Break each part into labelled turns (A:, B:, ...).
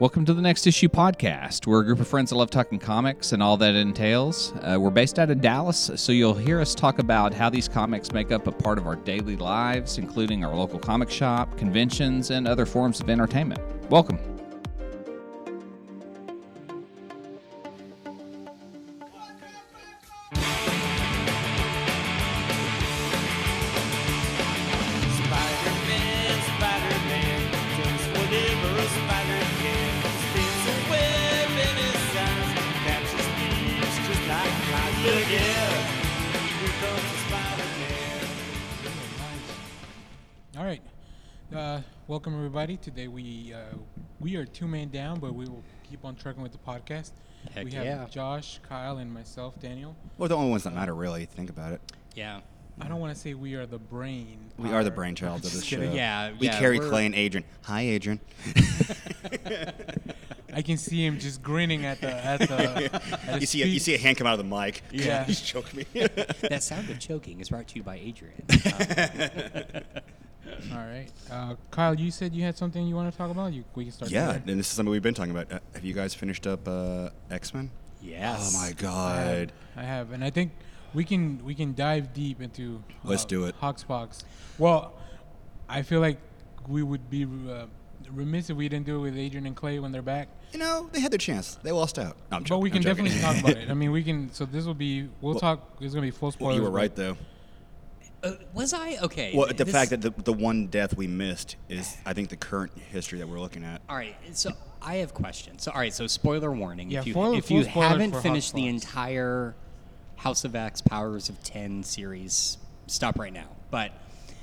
A: Welcome to the Next Issue Podcast. We're a group of friends that love talking comics and all that entails. Uh, we're based out of Dallas, so you'll hear us talk about how these comics make up a part of our daily lives, including our local comic shop, conventions, and other forms of entertainment. Welcome.
B: Spider-Man, Spider-Man, does whatever a spider can. Spins a web in his eyes, catches thieves just like flies. Look out, here comes Spider-Man.
C: All right. Uh, welcome everybody. Today we uh, we are two man down, but we will keep on trucking with the podcast.
D: Heck
C: we have
D: yeah.
C: Josh, Kyle, and myself, Daniel.
E: We're the only ones that matter, really. Think about it.
D: Yeah.
C: I don't want to say we are the brain.
E: We are the brainchild of the
D: Just
E: show.
D: kidding. Yeah,
E: We
D: yeah,
E: carry
D: we're-
E: Clay and Adrian. Hi, Adrian.
C: I can see him just grinning at the at the. at his
E: you see, a, you
C: feet.
E: see a hand come out of the mic.
C: Yeah.
E: he's choking me.
D: That sound of choking is brought to you by Adrian.
C: All right, uh, Kyle. You said you had something you want to talk about. You we can start.
E: yeah,
C: there.
E: and this is something we've been talking about. Uh, have you guys finished up uh, X Men?
D: yes.
E: Oh my God.
C: I have, and I think we can we can dive deep into.
E: Let's do it.
C: Hawksbox. Well, I feel like we would be uh, remiss if we didn't do it with Adrian and Clay when they're back.
E: You know, they had their chance. They lost out. No, I'm
C: But we
E: joking,
C: can
E: I'm joking.
C: definitely talk about it. I mean, we can. So this will be. We'll,
E: Well-
C: talk. It's gonna be full
E: well,
C: spoilers.
E: you were right
C: but-
E: though.
D: Uh, was I okay?
E: Well, the
D: this-
E: fact that the, the one death we missed is, I think, the current history that we're looking at.
D: All right. So I have questions. So all right. So spoiler warning.
C: Yeah,
D: if you
C: full-
D: if
C: full
D: you
C: spoilers
D: haven't
C: for
D: finished the
C: Hotspots.
D: entire House of X Powers of Ten series, stop right now. But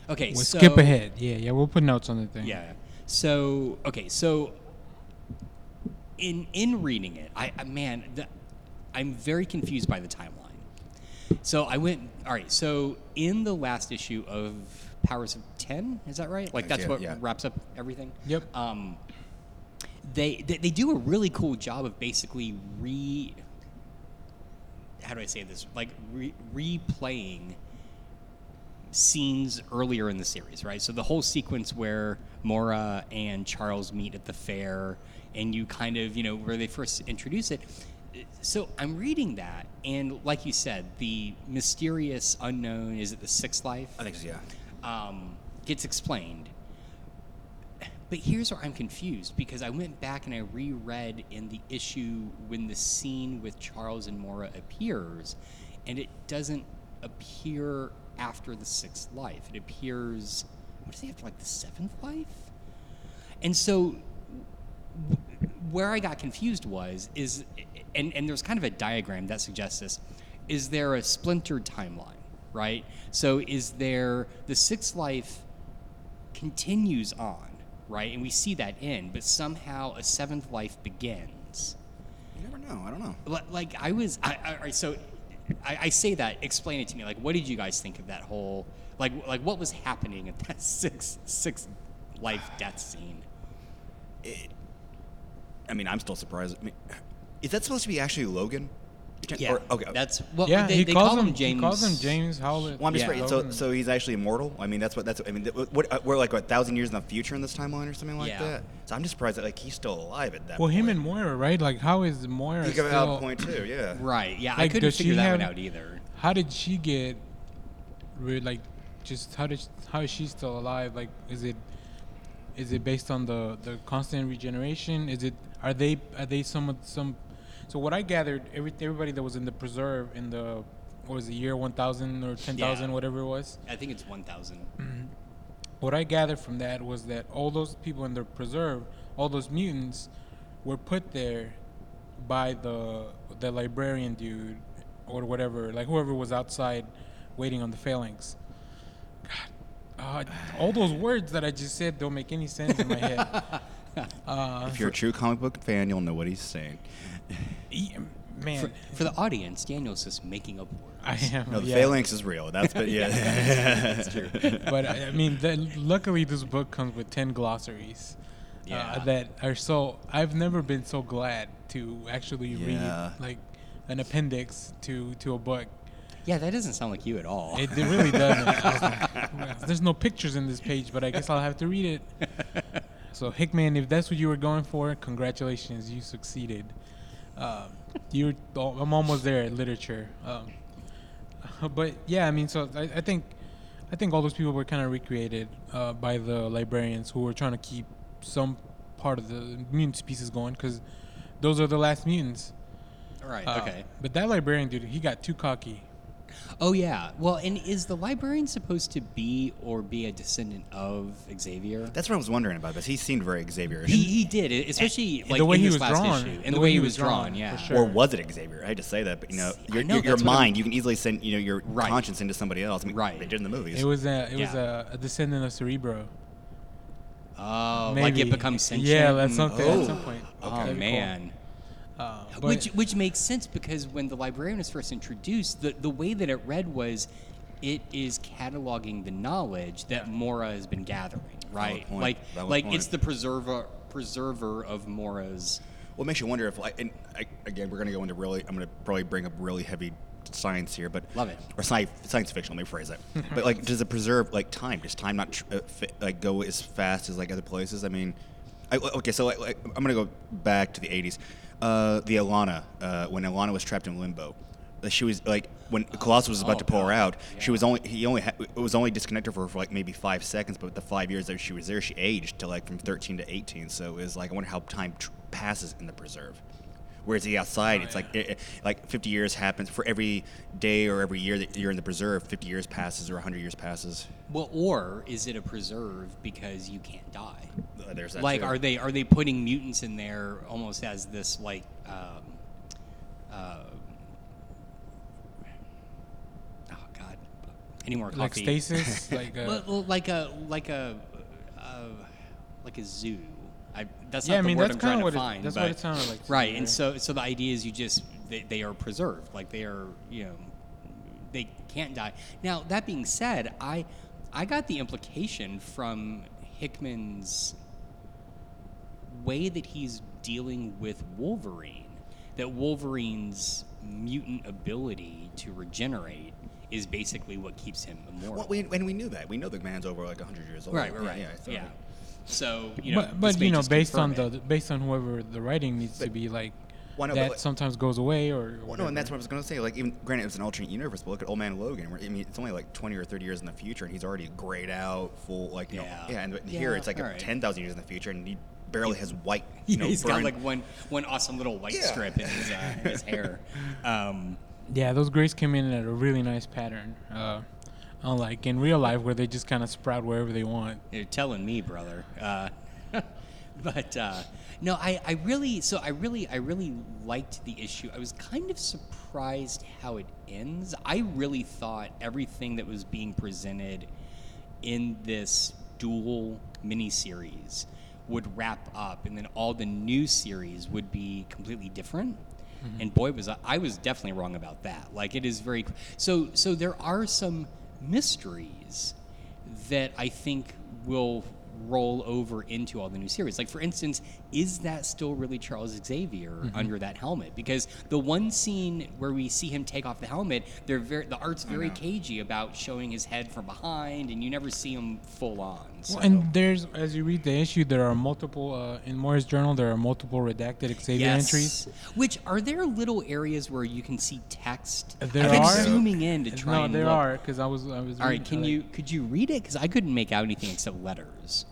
D: okay.
C: We'll
D: so,
C: skip ahead. Yeah, yeah. We'll put notes on the thing.
D: Yeah. So okay. So in in reading it, I I- man, the, I'm very confused by the timeline. So I went. All right. So in the last issue of Powers of Ten, is that right? Like
E: I
D: that's
E: did,
D: what
E: yeah.
D: wraps up everything.
C: Yep.
D: Um, they, they they do a really cool job of basically re. How do I say this? Like re, replaying scenes earlier in the series, right? So the whole sequence where Mora and Charles meet at the fair, and you kind of, you know, where they first introduce it. So I'm reading that, and like you said, the mysterious unknown is it the sixth life?
E: I think so. Yeah.
D: um, gets explained. But here's where I'm confused because I went back and I reread in the issue when the scene with Charles and Mora appears, and it doesn't appear after the sixth life. It appears, what is it after like the seventh life? And so where I got confused was is and and there's kind of a diagram that suggests this. Is there a splintered timeline, right? So is there the sixth life continues on, right? And we see that end, but somehow a seventh life begins.
E: You never know. I don't know.
D: Li- Like I was, I, I all right, so I, I say that. Explain it to me. Like, what did you guys think of that whole, like, like what was happening at that sixth sixth life death scene?
E: I mean, I'm still surprised. I mean, is that supposed to be actually Logan? Or- okay.
D: That's well,
C: Yeah,
D: they,
C: he
D: they
C: calls
D: call
C: him,
D: him James.
C: He calls him James Howlett.
E: Well, I'm just
D: Yeah.
E: afraid- So, so he's actually immortal. I mean, that's what that's. I mean, th- what, uh, we're like what, a thousand years in the future in this timeline or something like
D: Yeah.
E: that. So I'm just surprised that like he's still alive at that.
C: well,
E: point.
C: him and Moira, right? Like, how is Moira
E: He got
C: still?
E: out point too. Yeah.
D: Right. Yeah, I
C: Like,
D: couldn't
C: does she
D: figure that one
C: have-
D: out either.
C: How did she get? Re- like, just how did? How is she still alive? Like, is it? Is it based on the the constant regeneration? Is it? Are they? Are they some of- some? So what I gathered, every everybody that was in the preserve in the what was it year one thousand or ten thousand,
D: Yeah.
C: whatever it was.
D: I think it's one thousand.
C: Mm. What I gathered from that was that all those people in the preserve, all those mutants, were put there by the the librarian dude or whatever, like whoever was outside waiting on the phalanx. God, uh, all those words that I just said don't make any sense in my head. Uh,
E: If you're a true comic book fan, you'll know what he's saying.
C: e- man,
D: For the audience, Daniel's just making up words.
C: I am.
E: No, the
C: yeah.
E: phalanx is real. That's but yeah. That's true.
C: but I I mean, that, luckily this book comes with ten glossaries. uh,
D: Yeah.
C: that are so. I've never been so glad to actually
E: Yeah.
C: read like an appendix to to a book.
D: Yeah, that doesn't sound like you at all.
C: It, it really doesn't. I was like, "Well, There's no pictures in this page, but I guess I'll have to read it. So Hickman, if that's what you were going for, congratulations, you succeeded. Um, you're al- I'm almost there at literature. Um, but yeah, I mean, so I, I think I think all those people were kind of recreated uh, by the librarians who were trying to keep some part of the mutant species going because those are the last mutants.
D: All right.
C: Uh,
D: okay.
C: But that librarian dude, he got too cocky.
D: Oh yeah. Well, and is the librarian supposed to be or be a descendant of Xavier?
E: That's what I was wondering about. This he seemed very Xavierish,
D: He, he did, e- especially like
C: the way
D: in
C: he
D: this
C: was
D: last
C: drawn.
D: issue, and the, way he was drawn.
C: for
D: yeah.
C: sure.
E: or was it Xavier? I hate to say that, but you know,
D: See, I
E: your,
D: know,
E: your, your
D: that's what I'm-
E: mind, you can easily send you know your
D: Right.
E: conscience into somebody else. I mean,
D: Right.
E: They did in the movies.
C: It was a it was
D: Yeah.
C: a, a descendant of Cerebro.
D: Oh, like it
C: Maybe.
D: becomes sentient.
C: Yeah, that's
D: Mm,
C: something
D: Oh,
C: at some point.
D: oh,
C: That'd be cool.
D: man.
C: Uh, but-
D: which which makes sense because when the librarian was first introduced, the, the way that it read was it is cataloging the knowledge that Mora has been gathering, right?
E: point.
D: Like
E: Valid
D: like
E: point.
D: it's the preserver preserver of Mora's
E: Well, it makes you wonder if, like, and I, again, we're going to go into really, I'm going to probably bring up really heavy science here, but
D: Love it.
E: or science, science fiction. Let me phrase that.
D: Mm-hmm.
E: but like, does it preserve like time? Does time not tr- uh, fit, like go as fast as like other places? I mean, I, okay, so like, like, I'm going to go back to the 80s. Uh, the Alana, uh, when Alana was trapped in limbo, uh, she was like when Colossus was about
D: oh,
E: to pull her out.
D: God.
E: She was only he only ha- it was only disconnected for her for like maybe five seconds, but the five years that she was there, she aged to like from thirteen to eighteen. So it was like I wonder how time tr- passes in the preserve. Whereas the outside, it's like it, it- like fifty years happens for every day or every year that you're in the preserve. Fifty years passes or hundred years passes.
D: Well, or is it a preserve because you can't die?
E: Uh, There's that
D: like,
E: too.
D: are they are they putting mutants in there almost as this like, um, uh, oh god, any more coffee?
C: like stasis, like uh,
D: Well, well, like a like a uh, like a zoo. I, that's
C: Yeah,
D: not
C: I
D: the
C: mean,
D: word
C: that's
D: I'm
C: kinda
D: trying
C: what
D: to
C: it-
D: find.
C: that's what
D: but-
C: it sounded like to
D: Right,
C: me,
D: and
C: yeah.
D: so so the idea is you just they, they are preserved, like they are you know they can't die. Now that being said, I I got the implication from Hickman's way that he's dealing with Wolverine that Wolverine's mutant ability to regenerate is basically what keeps him immortal.
E: Well, we, and we knew that. We know the man's over like hundred years old.
D: Right, right,
E: Yeah,
D: right.
E: Yeah.
D: Yeah.
E: so-
D: So you know,
C: but,
D: this
C: but
D: may
C: you know,
D: just
C: based on
D: confirm
C: the based on whoever the writing needs to
E: But-
C: be, like
E: Well, no, but
C: that
E: like-
C: sometimes goes away or.
E: Well, no,
C: whatever.
E: and that's what I was going to say. Like, even granted, it was an alternate universe, but look at Old Man Logan. Where, I mean, it's only like twenty or thirty years in the future, and he's already grayed out, full like, you
D: Yeah.
E: know, yeah. And but
D: Yeah,
E: here, it's like
D: alright.
E: ten thousand years in the future, and he barely has white.
D: it.
E: You know,
D: he's got
E: burned-
D: like one one awesome little white
E: Yeah.
D: strip in his, uh, in his hair. Um,
C: Yeah, those grays came in at a really nice pattern. Uh, unlike in real life, where they just kind of sprout wherever they want.
D: You're telling me, brother. Uh, but uh, no, I, I really, so I really, I really liked the issue. I was kind of surprised how it ends. I really thought everything that was being presented in this dual miniseries would wrap up, and then all the new series would be completely different. And boy, was I, I was definitely wrong about that. Like it is very so. So there are some mysteries that I think will roll over into all the new series. Like, for instance, is that still really Charles Xavier
C: Mm-hmm.
D: under that helmet? Because the one scene where we see him take off the helmet, they're very, the art's very cagey about showing his head from behind, and you never see him full on. So.
C: Well, and there's, as you read the issue, there are multiple uh, in Moore's journal. There are multiple redacted Xavier entries.
D: Which are there little areas where you can see text?
C: Uh, There
D: I've been
C: are.
D: zooming in to try
C: no,
D: and
C: there
D: look.
C: are because I was. I was.
D: All right,
C: reading-
D: can
C: like-
D: you could you read it? Because I couldn't make out anything except letters.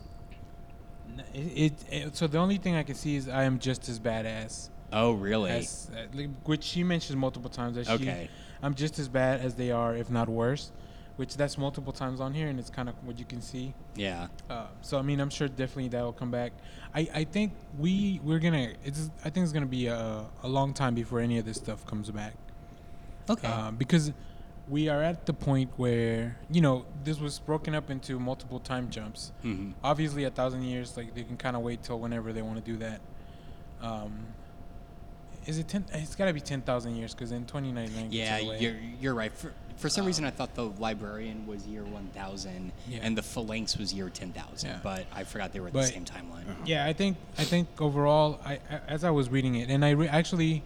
C: N- It, it, it- so the only thing I can see is I am just as badass
D: Oh, really?
C: as, uh, like, which she mentions multiple times. That
D: Okay.
C: She, I'm just as bad as they are, if not worse. Which that's multiple times on here, and it's kind of what you can see.
D: yeah.
C: Uh, so I mean, I'm sure definitely that will come back. I, I think we we're gonna. It's I think it's gonna be a, a long time before any of this stuff comes back.
D: Okay.
C: Uh, because we are at the point where you know this was broken up into multiple time jumps.
D: Mhm.
C: Obviously, a thousand years, like they can kind of wait till whenever they want to do that. Um, is it ten? It's got to be ten thousand years because in twenty nine nine.
D: Yeah,
C: away.
D: you're, you're right. For, for some reason, I thought the librarian was year 1000
C: Yeah.
D: and the phalanx was year 10,000,
C: Yeah.
D: but I forgot they were at the
C: But- Uh-huh.
D: same timeline.
C: Yeah, I think I think overall, I, I as I was reading it, and I re- actually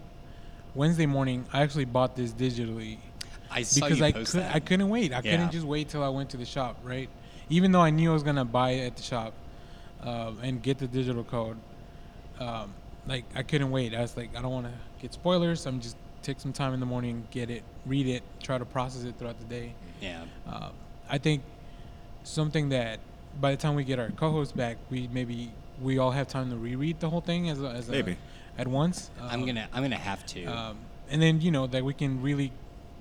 C: Wednesday morning, I actually bought this digitally
D: I saw
C: because
D: you
C: I
D: post
C: could
D: that.
C: I couldn't wait. I
D: Yeah.
C: couldn't just wait till I went to the shop, right? Even though I knew I was gonna buy it at the shop, um, and get the digital code. Um, like I couldn't wait. I was like, I don't want to get spoilers. I'm just take some time in the morning, get it, read it, try to process it throughout the day.
D: Yeah.
C: Um, I think something that by the time we get our co-hosts back, we maybe we all have time to reread the whole thing as a, as a-
E: Maybe.
C: at once.
D: I'm
C: Um,
D: gonna I'm gonna have to.
C: um, and then you know that we can really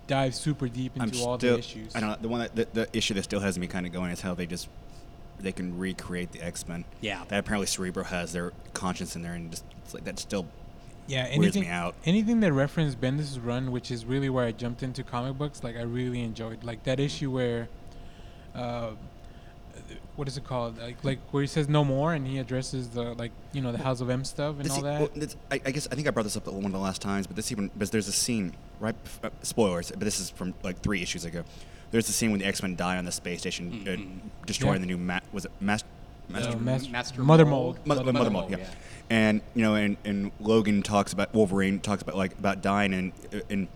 C: dive super deep into
E: I'm
C: all
E: still-
C: the issues.
E: I don't know. The one that the, the issue that still has me kind of going is how they just they can recreate the X Men.
D: Yeah.
E: That apparently Cerebro has their conscience in there, and just it's like that's still
C: yeah,
E: weirds me
C: anything
E: out.
C: anything that referenced Bendis' run, which is really where I jumped into comic books. Like I really enjoyed like that issue where, uh, what is it called? Like like where he says no more and he addresses the like you know the House of M stuff and
E: This
C: all
E: e-
C: that.
E: well, this- I, I guess I think I brought this up one of the last times, but this even but there's a scene right. bef- uh, Spoilers, but this is from like three issues ago. There's a scene when the X Men die on the space station, uh, destroying
C: Mm-hmm. Yeah.
E: the new ma- was it Mas- Master
C: Uh,
E: Mold?
C: Mas-
D: Master
C: Mother
D: Mold.
C: Mold.
E: Mother, Mother, Mother Mold, yeah. And you know, and, and Logan talks about Wolverine talks about like about dying and and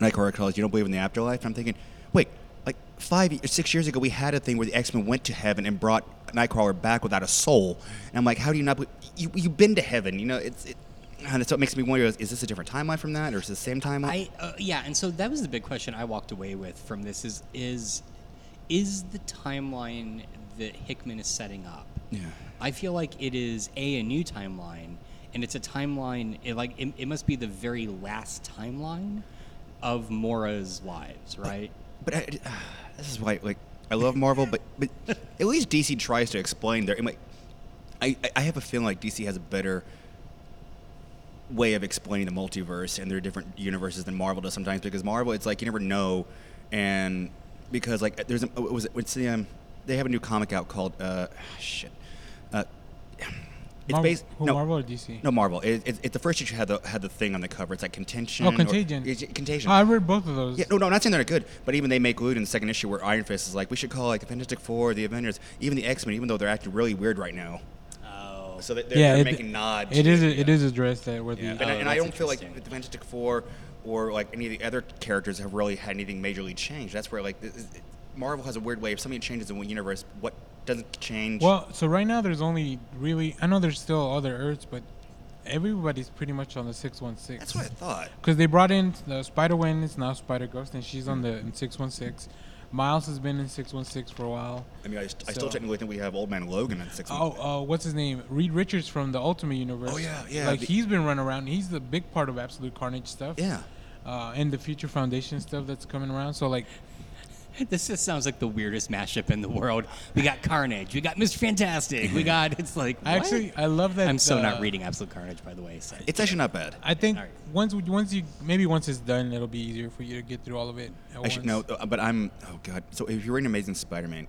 E: like horror calls. You don't believe in the afterlife. And I'm thinking, wait, like five or six years ago, we had a thing where the X Men went to heaven and brought Nightcrawler back without a soul. And I'm like, how do you not? Believe, you you've been to heaven. You know, it's it. And that's what makes me wonder: is, is this a different timeline from that, or is it the same timeline?
D: I uh, yeah, and so that was the big question I walked away with from this is is is the timeline that Hickman is setting up.
E: Yeah.
D: I feel like it is a a new timeline, and it's a timeline. It, like it, it must be the very last timeline of Mora's
C: Oh.
D: lives, right?
E: But I, this is why, like, I love Marvel, but but at least DC tries to explain their. Like, I I have a feeling like DC has a better way of explaining the multiverse and their different universes than Marvel does sometimes because Marvel, it's like you never know, and because like there's a what was it what's the um they have a new comic out called uh shit uh. It's
C: Marvel-
E: based
C: who,
E: no,
C: Marvel or DC?
E: No Marvel. It, it, it, the first issue had the had the thing on the cover. It's like contention.
C: Oh,
E: or-
C: Contagion.
E: it's- contagion.
C: Oh, I read both of those.
E: Yeah, no, no, I'm not saying they're good, but even they make lewd in the second issue where Iron Fist is like, we should call like the Fantastic Four, the Avengers, even the X Men, even though they're acting really weird right now.
D: Oh,
E: So they- they're,
C: Yeah,
E: they're
C: it-
E: making nods.
C: It
E: to-
C: is it is addressed that where
E: Yeah.
C: the uh,
E: And, I,
D: Oh,
E: and I
D: that's
E: don't feel like
D: interesting.
E: the Fantastic Four or like any of the other characters have really had anything majorly changed. That's where like this is- it- Marvel has a weird way. If something changes in one universe, what doesn't change?
C: Well, so right now there's only really I know there's still other Earths, but everybody's pretty much on the six one six.
E: that's what I thought.
C: Because they brought in the Spider Gwen, it's now Spider Ghost, and she's on the six one six. Miles has been in six one six for a while.
E: I mean, I, st- I still
C: So-
E: technically think we have Old Man Logan in six. months.
C: Oh, uh, what's his name? Reed Richards from the Ultimate Universe.
E: Oh, yeah, yeah,
C: Like
E: the-
C: he's been running around. He's the big part of Absolute Carnage stuff.
E: yeah.
C: Uh, and the Future Foundation stuff that's coming around. So like,
D: this just sounds like the weirdest mashup in the world. We got Carnage, we got Mr. Fantastic, we got it's like
C: I
D: what?
C: actually I love that.
D: I'm so not
C: uh,
D: reading Absolute Carnage, by the way. So.
E: It's actually not bad.
C: I think
D: Alright.
C: once we- once you maybe once it's done, it'll be easier for you to get through all of it. At
E: I should know,
C: once.
E: but I'm. Oh god. So if you're reading Amazing Spider-Man,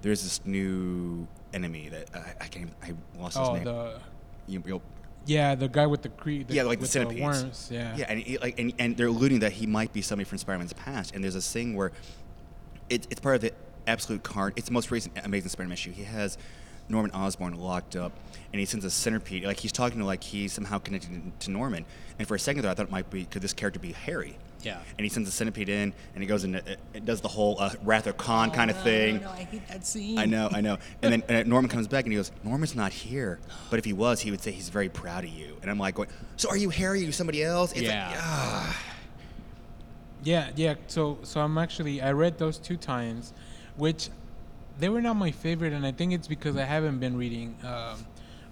E: there's this new enemy that I, I can't. even- I lost his
C: Oh,
E: name.
C: the
E: You- you'll-
C: yeah, the guy with the creed.
E: yeah, like the
C: with
E: centipedes.
C: worms. Yeah.
E: Yeah, and he, like and, and they're alluding that he might be somebody from Spider-Man's past. And there's this thing where it, it's part of the absolute card. It's the most recent Amazing Spider-Man issue. He has Norman Osborn locked up, and he sends a centipede. Like he's talking to like he's somehow connected to Norman. And for a second there, I thought it might be could this character be Harry?
D: Yeah.
E: and he sends a centipede in, and he goes and it, it does the whole uh, Wrath of Khan kind of thing.
D: I hate that scene.
E: I know, I know. And then and Norman comes back and he goes, Norman's not here. But if he was, he would say he's very proud of you. And I'm like, going, so are you Harry? Are you somebody else? It's
D: Yeah.
E: Like, ah.
C: Yeah, yeah. So, so I'm actually I read those two times, which they were not my favorite, and I think it's because I haven't been reading um,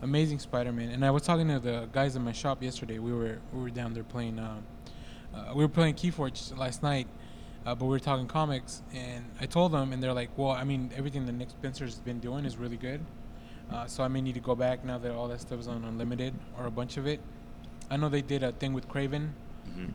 C: Amazing Spider-Man. And I was talking to the guys in my shop yesterday. We were we were down there playing. Um, uh, we were playing Keyforge last night, uh, but we were talking comics, and I told them, and they're like, "Well, I mean, everything that Nick Spencer's been doing is really good." Uh, so I may need to go back now that all that stuff is on Unlimited or a bunch of it. I know they did a thing with Craven,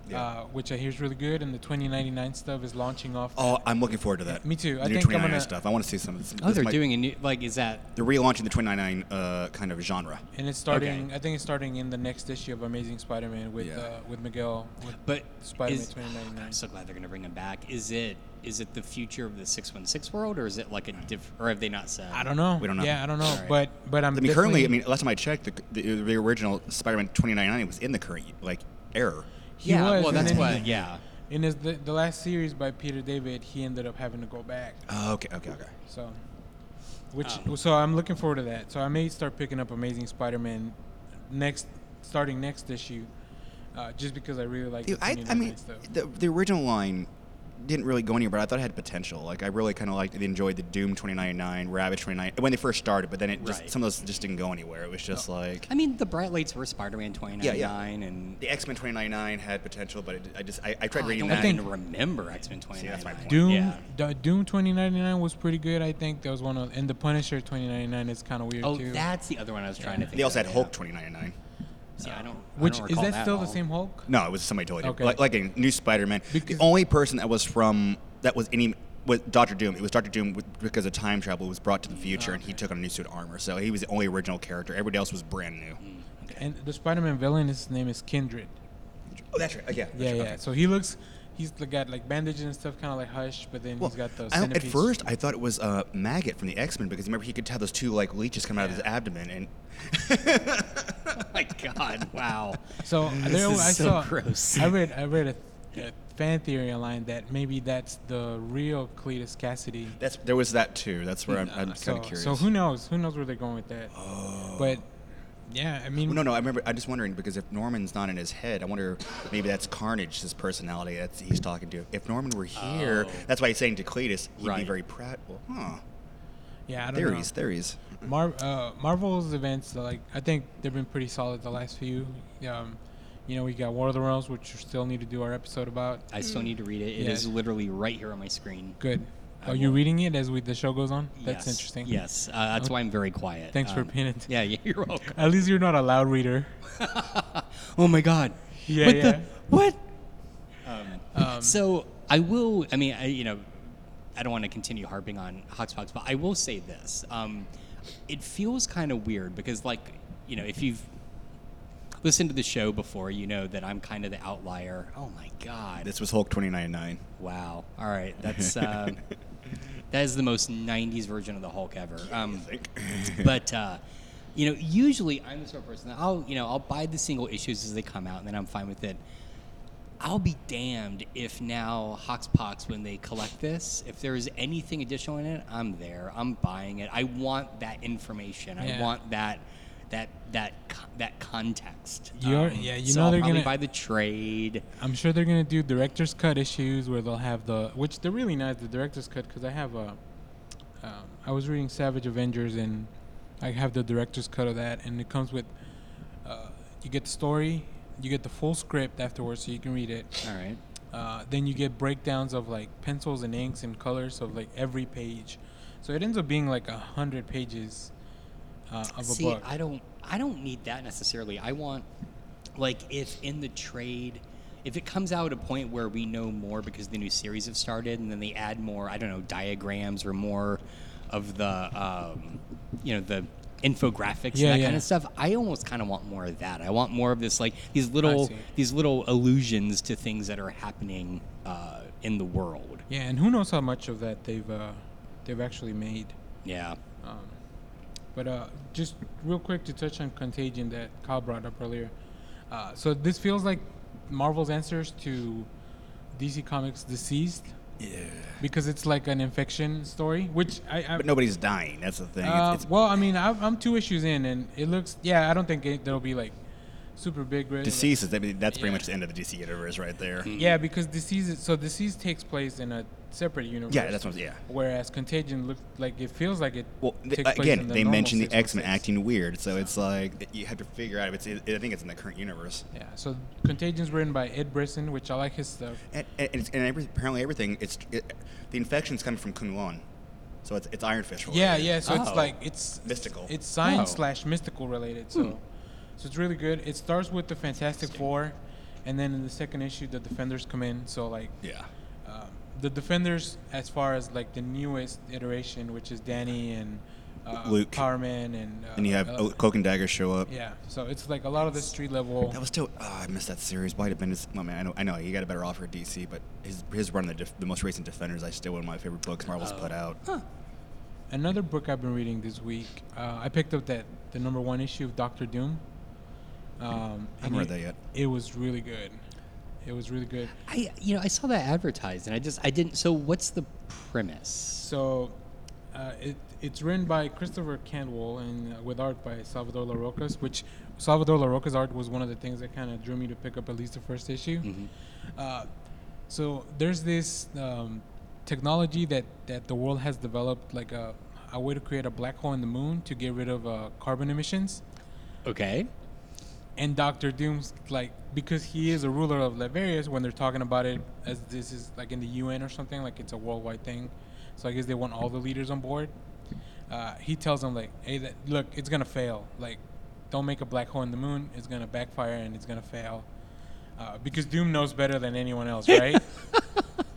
E: yeah.
C: uh, which I hear is really good, and the 2099 stuff is launching off.
E: Oh, I'm looking forward to that.
C: Me too.
E: The
C: I
E: new
C: think I'm
E: 29
C: gonna-
E: stuff. I want to see some of this.
D: Oh,
E: this
D: they're
E: might-
D: doing a new like is that
E: They're relaunching the 29 uh, kind of genre.
C: And it's starting. I think it's starting in the next issue of Amazing Spider-Man with
E: Yeah.
C: uh, with Miguel. With
D: but
C: Spider-Man
D: is-
C: 2099.
D: I'm so glad they're gonna bring him back. Is it is it the future of the 616 world or is it like a diff or have they not said?
C: I don't know.
E: We don't know.
C: Yeah, I don't know.
D: Alright.
C: But but I'm.
E: I mean, currently, I
C: definitely-
E: mean, last time I checked, the, the, the original Spider-Man 2099 was in the current like error.
C: he
D: Yeah,
C: was,
D: well
C: and
D: that's
C: then
D: what
C: he-
D: yeah.
C: In his the, the last series by Peter David, he ended up having to go back.
E: Oh, okay, okay, okay.
C: So Which so I'm looking forward to that. So I may start picking up Amazing Spider-Man next, starting next issue, uh, just because I really like.
E: Dude,
C: the
E: I,
C: Tiny
E: I
C: Lizard
E: mean,
C: stuff.
E: the, the original line didn't really go anywhere, but I thought it had potential. Like, I really kind of liked, enjoyed the Doom 2099, Ravage 29, when they first started, but then it just,
D: Right.
E: some of those just didn't go anywhere. It was just like,
D: I mean, the bright lights were Spider-Man 2099 and
E: the X Men 2099 had potential, but it, I just, I, I tried
D: Oh, I
E: reading
D: don't
E: that.
D: even remember X-Men 2099.
E: See, that's my point.
C: Doom
D: Yeah.
C: the Doom 2099 was pretty good. I think that was one of, and the Punisher 2099 is kind of weird
D: Oh,
C: too.
D: that's the other one I was trying to think.
E: they also
D: of,
E: had Hulk
D: yeah.
E: 2099.
D: See, I don't. I
C: Which is
D: don't recall
C: that, still
D: at
C: the
D: all.
C: same Hulk?
E: No, it was somebody totally different.
C: Okay.
E: Like, like a new Spider-Man.
C: Because-
E: the only person that was from that was any was Doctor Doom. It was Doctor Doom with- because of time travel was brought to the future, and he took on a new suit of armor. So he was the only original character. Everybody else was brand new.
C: And the Spider-Man villain, his name is Kindred.
E: Oh, that's right. Uh, yeah. that's
C: Yeah,
E: right.
C: yeah.
E: Okay.
C: So he looks, he's got like bandages and stuff, kind of like Hush, but then
E: Well,
C: he's got the.
E: I don't- at
C: centipede-
E: first I thought it was uh, maggot from the X Men because remember he could have those two like leeches come out of his abdomen and
D: Oh my God! Wow.
C: So
D: This
C: there,
D: is
C: I
D: so
C: saw.
D: gross.
C: I read, I read a, a fan theory online that maybe that's the real Cletus Cassidy.
E: that's there was that too. That's where I'm, I'm
C: so,
E: kind of curious. Oh.
C: so who knows? Who knows where they're going with that? But yeah, I mean,
E: Well, no, no. I remember. I'm just wondering because if Norman's not in his head, I wonder maybe that's Carnage, his personality that's he's talking to. If Norman were here,
D: Oh.
E: that's why he's saying to Cletus, he'd be
D: Right.
E: very proud. Well, huh?
C: yeah, I don't know.
E: Theories, theories.
C: Mar- uh, Marvel's events, uh, like I think they've been pretty solid the last few. Um, you know, we got War of the Realms, which we still need to do our episode about.
D: I still need to read it. It is
C: Yeah.
D: literally right here on my screen.
C: Good.
D: I
C: Are you
D: will.
C: reading it as we, the show goes on? That's
D: Yes,
C: interesting.
D: Yes, uh, that's why I'm very quiet. Um,
C: Thanks for paying atten-
D: Yeah, yeah, you're welcome.
C: At least you're not a loud reader.
D: Oh my God.
C: Yeah,
D: what
C: yeah. Um,
D: The, what? Um, so I will. I mean, I, you know, I don't want to continue harping on Hotspots, but I will say this: um, it feels kind of weird because, like, you know, if you've listened to the show before, you know that I'm kind of the outlier. Oh my God!
E: This was Hulk 2099.
D: wow. All right, that's uh, that is the most '90s version of the Hulk ever. Um, but uh, you know, usually I'm the sort of person that I'll you know I'll buy the single issues as they come out, and then I'm fine with it. I'll be damned if now Hoxpox, when they collect this, if there is anything additional in it, I'm there. I'm buying it. I want that information. I
C: Yeah.
D: want that that that co- that context. Um,
C: You're- yeah, you
D: so
C: know
D: I'll
C: they're
D: probably
C: gonna-
D: buy the trade.
C: I'm sure they're gonna do director's cut issues where they'll have the which they're really nice the director's cut because I have a um, I was reading Savage Avengers and I have the director's cut of that and it comes with uh, you get the story you get the full script afterwards so you can read it
D: All right.
C: uh, then you get breakdowns of like pencils and inks and colors of like every page so it ends up being like a hundred pages uh, of a
D: See,
C: book
D: I don't I don't need that necessarily. I want like if in the trade if it comes out at a point where we know more because the new series have started and then they add more, I don't know, diagrams or more of the um, you know, the infographics
C: Yeah,
D: and that
C: yeah.
D: kind of stuff. I almost kind of want more of that. I want more of this like these little
C: see.
D: these little allusions to things that are happening uh, in the world.
C: yeah and who knows how much of that they've uh, they've actually made.
D: Yeah.
C: But uh, just real quick to touch on Contagion that Kyle brought up earlier. Uh, so this feels like Marvel's answers to DC Comics' deceased. Yeah. Because it's like an infection story, which I. I
E: But nobody's dying. That's the thing.
C: uh,
E: it's it's
C: well, I mean, I'm, I'm two issues in, and it looks. Yeah, I don't think it, there'll be like super big. ri-
E: deceases. I mean, that's pretty
C: Yeah.
E: much the end of the DC universe right there.
C: Yeah, because disease. Is, so disease takes place in a separate universe.
E: Yeah, that's what. I'm- Yeah.
C: Whereas Contagion looks like it feels like it.
E: Well, th-
C: takes place in
E: again,
C: the
E: they
C: normal
E: mentioned the X Men
C: 616.
E: acting weird, so it's like you have to figure out if it's. I think it's in the current universe.
C: Yeah, so Contagion's written by Ed Brisson, which I like his stuff.
E: And, and, it's, and every, apparently everything, it's it, the infection's coming from Kung Lun, so it's it's Iron Fist.
C: Yeah,
E: related.
C: yeah. So it's
D: Oh.
C: like it's
E: Mystical. Hmm.
C: It's science
D: Oh.
C: slash mystical related. So, so it's really good. It starts with the Fantastic Four, and then in the second issue, the Defenders come in. So like,
E: yeah.
C: um, the Defenders, as far as like the newest iteration, which is Danny and uh,
E: Luke.
C: Power Man, and uh,
E: And you have
C: uh,
E: oh, Cloak and Dagger show up.
C: yeah. So it's like a lot of the street level.
E: That was still. Oh, I missed that series. Why did Bendis? Well, man, I know, I know he got a better offer at DC, but his his run of the, def, the most recent Defenders, I still one of my favorite books Marvel's
C: Oh.
E: put out.
C: Another book I've been reading this week. Uh, I picked up that the number one issue of Doctor Doom. Um,
E: I haven't
C: and
E: read
C: it-
E: that yet.
C: It was really good. It was really good.
D: I you know, I saw that advertised and I just I didn't so what's the premise?
C: So, Uh, it, it's written by Christopher Cantwell and uh, with art by Salvador La Roca's, which Salvador La Roca's art was one of the things that kind of drew me to pick up at least the first issue. Uh, so there's this um, technology that, that the world has developed, like a, a way to create a black hole in the moon to get rid of uh, carbon emissions
D: Okay.
C: and Doctor Doom's like because he is a ruler of Laverius when they're talking about it as this is like in the UN or something like it's a worldwide thing, so I guess they want all the leaders on board. Uh, he tells them like, "Hey, that, look, it's gonna fail. Like, don't make a black hole in the moon. It's gonna backfire and it's gonna fail." Uh, because Doom knows better than anyone else, right?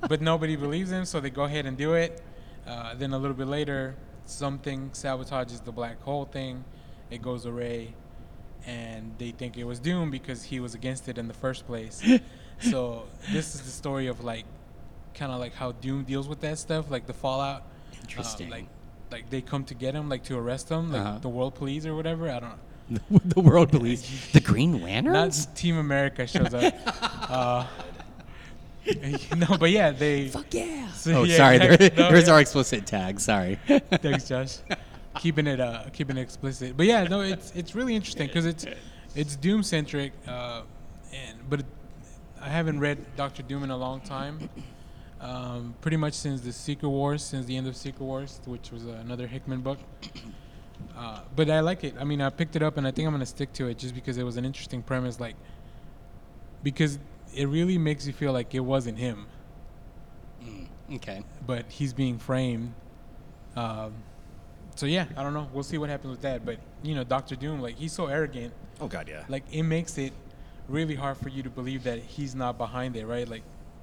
C: but nobody believes him, so they go ahead and do it. Uh, then a little bit later, something sabotages the black hole thing. It goes away, and they think it was Doom because he was against it in the first place. so this is the story of like, kind of like how Doom deals with that stuff, like the fallout. uh,
D: Interesting.
C: like, like they come to get him, like to arrest him, like
D: Uh-huh.
C: the world police or whatever. I don't. know.
D: the world believes the Green
C: Not
D: Lanterns.
C: Team America shows up. uh, no, but yeah, they.
D: Fuck yeah!
C: So,
D: oh,
C: yeah,
D: sorry.
C: exactly.
D: There,
C: No,
D: there's
C: yeah.
D: our explicit tag. Sorry.
C: Thanks, Josh. keeping it uh, keeping it explicit. But yeah, no, it's it's really interesting because it's it's Doom centric, uh, and but it, I haven't read Doctor Doom in a long time. Um, pretty much since the Secret Wars, since the end of Secret Wars, which was another Hickman book. Uh, but I like it. I mean, I picked it up, and I think I'm gonna stick to it just because it was an interesting premise. Like, because it really makes you feel like it wasn't him
D: okay.
C: but he's being framed. Um, so yeah, I don't know. We'll see what happens with that. But you know, Doctor Doom, like he's so arrogant,
E: Oh god, yeah.
C: like it makes it really hard for you to believe that he's not behind it, right? Like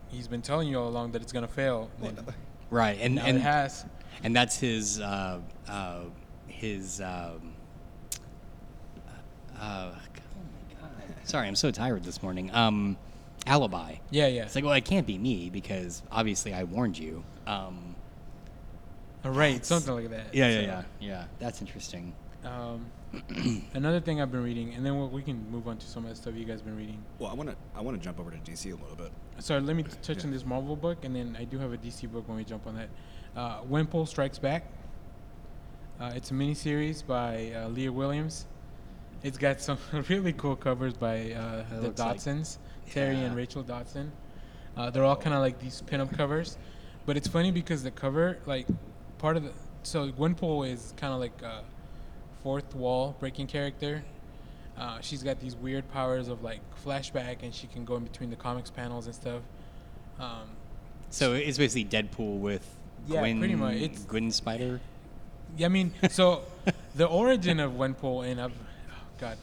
C: he's been telling you all along that it's gonna fail, and
D: Right. And
C: now
D: and
C: it has.
D: and that's his uh, uh, his. Um, uh, oh my God. Sorry, I'm so tired this morning. Um, alibi.
C: Yeah, yeah.
D: It's like, well, it can't be me because obviously I warned you. Um,
C: right, something like that. So,
D: yeah. That's interesting.
C: Um, another thing I've been reading, and then we- we can move on to some of the stuff you guys been reading.
E: Well, I want to I want to jump over to DC a little bit.
C: Sorry, let me t- touch on this Marvel book, and then I do have a DC book when we jump on that. Uh, Wimpole Strikes Back. Uh, it's a miniseries by uh, Leah Williams. It's got some really cool covers by uh,
D: It
C: the
D: looks like-
C: Dodsons, Terry and
D: Yeah.
C: Rachel Dodson. Uh, they're all kind of like these pinup covers, but it's funny because the cover, like, part of the so Gwenpool is kind of like a fourth wall breaking character. Uh, she's got these weird powers of like flashback, and she can go in between the comics panels and stuff. Um,
D: So it's basically Deadpool with
C: Yeah,
D: Gwen,
C: pretty much. It's-
D: Gwen Spider.
C: yeah, I mean, so the origin of Gwenpool and of oh God,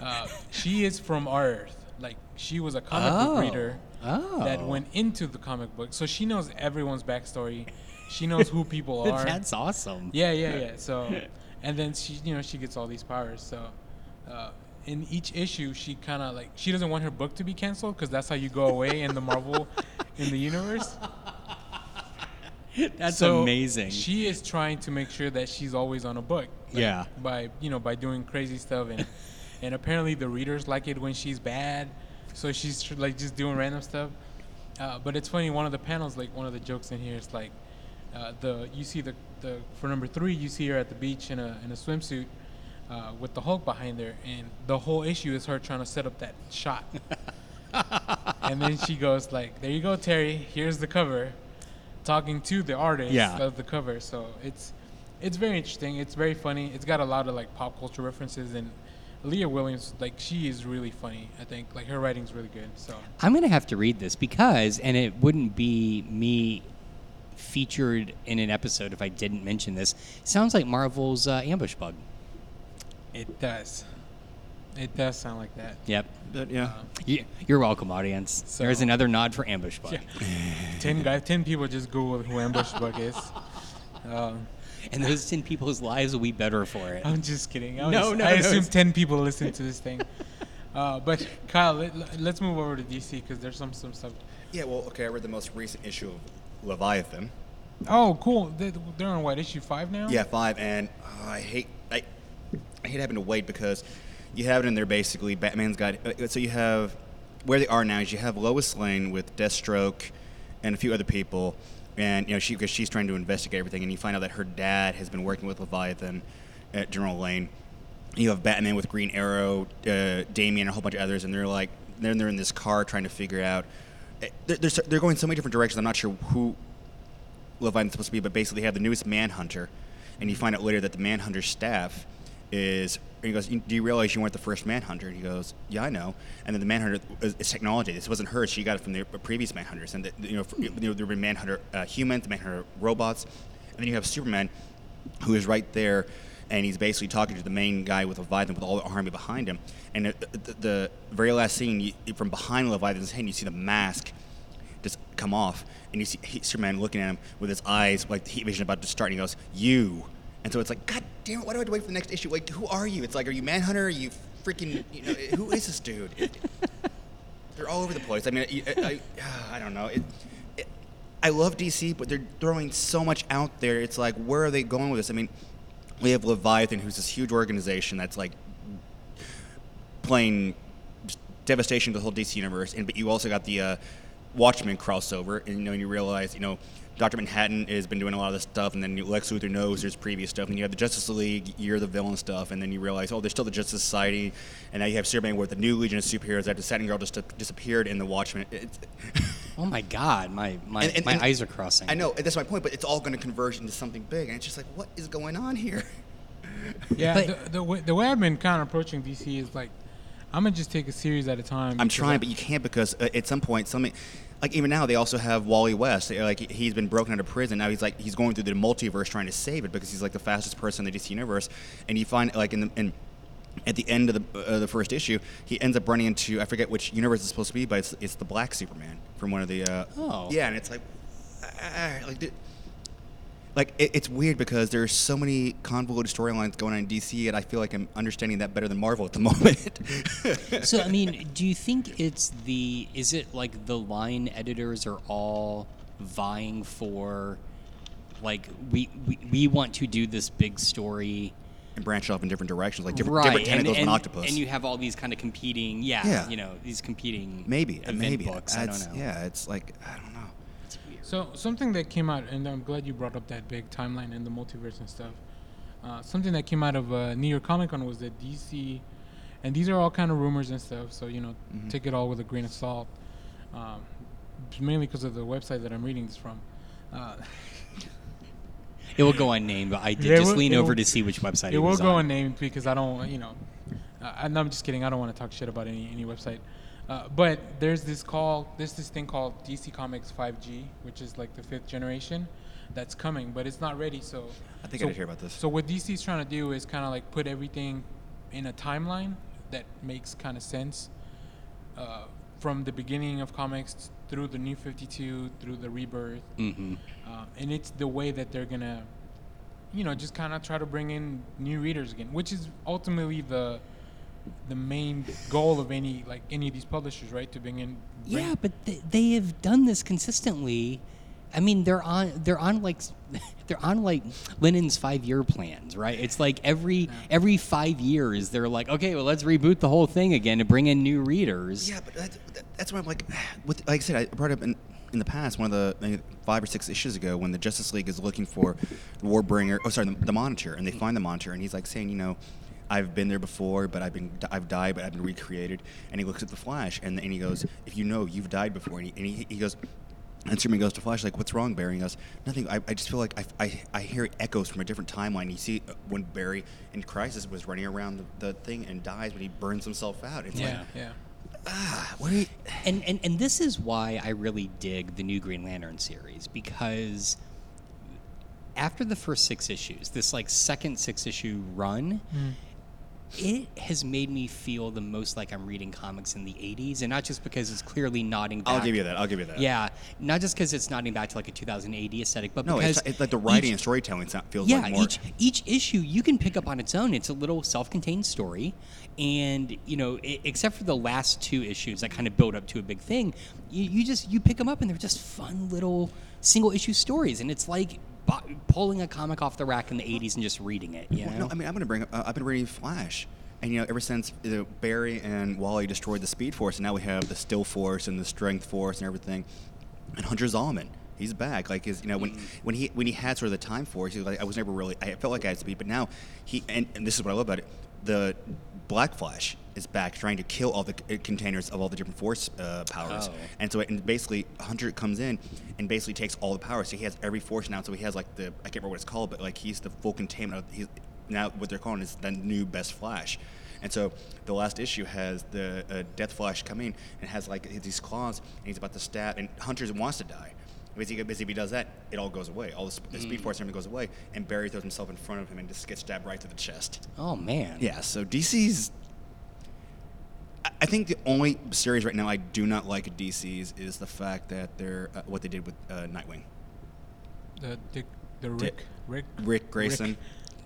C: uh, she is from our Earth. Like she was a comic book reader
D: Oh.
C: that went into the comic book, so she knows everyone's backstory. She knows who people are.
D: That's awesome.
C: Yeah, yeah, yeah. So, and then she, you know, she gets all these powers. So, uh, in each issue, she kind of like she doesn't want her book to be canceled because that's how you go away in the Marvel, in the universe.
D: That's
C: So
D: amazing.
C: She is trying to make sure that she's always on a book. like,
D: Yeah.
C: By you know by doing crazy stuff and and apparently the readers like it when she's bad, so she's tr- like just doing random stuff. Uh, but it's funny. One of the panels, like one of the jokes in here, is like uh, the you see the, the for number three you see her at the beach in a in a swimsuit. Uh, with the Hulk behind her, and the whole issue is her trying to set up that shot. and then she goes like, "There you go, Terry. Here's the cover." talking to the artist
D: Yeah.
C: of the cover. So it's it's very interesting. It's very funny. It's got a lot of like pop culture references and Leah Williams, like she is really funny. I think like her writing's really good. So
D: I'm gonna have to read this because, and it wouldn't be me featured in an episode if I didn't mention this. Sounds like Marvel's uh, ambush bug.
C: it does, it does sound like that.
D: Yep.
E: But yeah.
D: Y- You're welcome, audience.
C: So-
D: There's another nod for ambush bug.
C: Yeah. ten guys, ten people just Google who Ambush Bug is. Um,
D: And those 10 people's lives will be better for it.
C: I'm just kidding. I,
D: No,
C: was-
D: no,
C: I
D: no,
C: assume
D: it's-
C: ten people listen to this thing. Uh, but Kyle, let, let's move over to DC because there's some some stuff.
E: Yeah, well, okay, I read the most recent issue of Leviathan.
C: Oh, cool. They- They're on what issue five now?
E: Yeah, 5 and uh, I hate I, I hate having to wait because you have it in there basically Batman's got uh, so you have where they are now is you have Lois Lane with Deathstroke and a few other people and you know she because she's trying to investigate everything, and you find out that her dad has been working with Leviathan at General Lane. You have Batman with Green Arrow, uh, Damien, and a whole bunch of others, and they're like then they're in this car trying to figure out. eh, They're, they're, so- they're going so many different directions. I'm not sure who Leviathan's supposed to be, but basically they have the newest Manhunter, and you find out later that the Manhunter staff is. And he goes, "You- "Do you realize you weren't the first Manhunter?" And he goes, "Yeah, I know." And then the Manhunter is, is technology. This wasn't hers; she got it from the previous Manhunters. And the, you know, for, you know, there were Manhunter uh, humans, Manhunter robots, and then you have Superman, who is right there, and he's basically talking to the main guy with Leviathan with all the army behind him. And the, the, the very last scene, you, from behind Leviathan's head, you see the mask just come off, and you see he- Superman looking at him with his eyes like the heat vision about to start, and he goes, "You." And so it's like, God damn it! Why do I have to wait for the next issue? Like, who are you? It's like, are you Manhunter? Are you freaking? You know, who is this dude? It- they're all over the place. I mean, I, I, I, I don't know. It, it, I love DC, but they're throwing so much out there. It's like, where are they going with this? I mean, we have Leviathan, who's this huge organization that's like playing just devastation to the whole DC universe. And but you also got the uh, Watchmen crossover, and you know, and you realize, you know, Doctor Manhattan has been doing a lot of this stuff, and then Lex Luthor knows there's previous stuff, and you have the Justice League, you're the villain stuff, and then you realize, oh, there's still the Justice Society, and now you have Superman with the new Legion of Superheroes after Satin Girl just disappeared in the Watchmen. It's,
D: Oh my God, my my,
E: And- and-
D: my
E: and-
D: eyes are crossing.
E: I know and that's my point, but it's all going to converge into something big, and it's just like, what is going on here?
C: Yeah,
D: But-
C: the, the, way, the way I've been kind of approaching DC is like, I'm gonna just take a series at a time.
E: I'm
C: because I-
E: trying, but you can't because uh, at some point, something like even now they also have Wally West. They're Like he's been broken out of prison. Now he's like he's going through the multiverse trying to save it because he's like the fastest person in the DC universe. And you find like in the in at the end of the uh, the first issue, he ends up running into I forget which universe it's supposed to be, but it's, it's the Black Superman from one of the uh,
D: Oh.
E: yeah, and it's like ah, like. dude, like it, it's weird because there's so many convoluted storylines going on in DC, and I feel like I'm understanding that better than Marvel at the moment.
D: so I mean, do you think it's the is it like the line editors are all vying for like we we, we want to do this big story
E: and branch off in different directions, like different, different
D: and,
E: tentacles
D: and,
E: of an octopus.
D: and you have all these kind of competing yeah,
E: Yeah.
D: you know these competing
E: maybe,
D: event
E: maybe.
D: books I
E: That's-
D: don't know
E: Yeah, it's like I don't know.
D: It's weird.
C: So something that came out, and I'm glad you brought up that big timeline and the multiverse and stuff. Uh, something that came out of uh, New York Comic Con was that DC, and these are all kind of rumors and stuff. So you know,
E: Mm-hmm.
C: take it all with a grain of salt. Um, mainly because of the website that I'm reading this from. Uh,
D: it will go unnamed but I did
C: It
D: just
C: will-
D: lean
C: it
D: over
C: will-
D: to see which website it,
C: it will
D: was
C: go
D: on.
C: unnamed because I don't, you know, uh, I- no, I'm just kidding. I don't want to talk shit about any any website. Uh, but there's this call, there's this thing called DC Comics 5G, which is like the fifth generation, that's coming, but it's not ready. So
E: I think I
C: so,
E: did hear about this.
C: So what DC's trying to do is kind of like put everything in a timeline that makes kind of sense uh, from the beginning of comics through the New 52, through the Rebirth,
E: Mm-hmm.
D: Mhm.
C: um, and it's the way that they're gonna, you know, just kind of try to bring in new readers again, which is ultimately the the main goal of any like any of these publishers, right? To bring in bring,
D: Yeah, but th- they have done this consistently. I mean, they're on they're on like s- they're on like Lennon's five year plans, right? It's like every every five years they're like, okay, well let's reboot the whole thing again to bring in new readers.
E: Yeah, but that's, that's why I'm like, with, like I said, I brought up in, in the past one of the I think, five or six issues ago when the Justice League is looking for the Warbringer. Oh, sorry, the, the Monitor, and they find the Monitor, and he's like saying, you know, I've been there before, but I've been I've died, but I've been recreated. And he looks at the Flash, and, and he goes, if you know, you've died before. And he, and he, he goes. And Superman goes to Flash, like, what's wrong, Barry? And he goes, nothing. I, I just feel like I, I, I hear echoes from a different timeline. You see uh, when Barry in Crisis was running around the, the thing and dies, but he burns himself out. It's
C: yeah,
E: like,
C: yeah.
E: ah, where are you-
D: And, and and this is why I really dig the new Green Lantern series because after the first six issues, this like second six issue run,
E: Mm.
D: it has made me feel the most like I'm reading comics in the 80s, and not just because it's clearly nodding back.
E: I'll give you that. I'll give you that.
D: Yeah, not just because it's nodding back to like a 2008 aesthetic, but
E: No,
D: because
E: it's, it's like the writing
D: each-
E: and storytelling sound feels
D: yeah,
E: like more.
D: each each issue you can pick up on its own. It's a little self-contained story, and you know, i except for the last two issues that kind of build up to a big thing, you, you just you pick them up and they're just fun little single issue stories, and it's like bo- pulling a comic off the rack in the 80s and just reading it. You know?
E: Well, no, I mean, I'm going to bring up. Uh, I've been reading Flash, and you know, ever since you know, Barry and Wally destroyed the Speed Force, and now we have the Still Force and the Strength Force and everything, and Hunter Zalman. He- He's back. Like his, you know, when
D: Mm.
E: when he when he had sort of the time for it, he was like, I was never really. I felt like I had to be, but now he and, and this is what I love about it. The Black Flash is back, trying to kill all the c- uh, containers of all the different Force uh, powers,
D: Oh.
E: and so and basically Hunter comes in and basically takes all the power. So he has every Force now. So he has like the I can't remember what it's called, but like he's the full containment. Of, he's now what they're calling is the new best Flash. And so the last issue has the uh, Death Flash come in and has like these claws, and he's about to stab, and Hunter wants to die. Because he- because if he does that, it all goes away. All the, sp- the Speed Force and everything goes away, and Barry throws himself in front of him and just gets stabbed right through the chest.
D: Oh man.
E: Yeah, so DC's. I- I think the only series right now I do not like at DC's is the fact that they're uh, what they did with uh, Nightwing,
C: The Dick, the
E: Dick.
C: Rick, Rick,
E: Rick Grayson.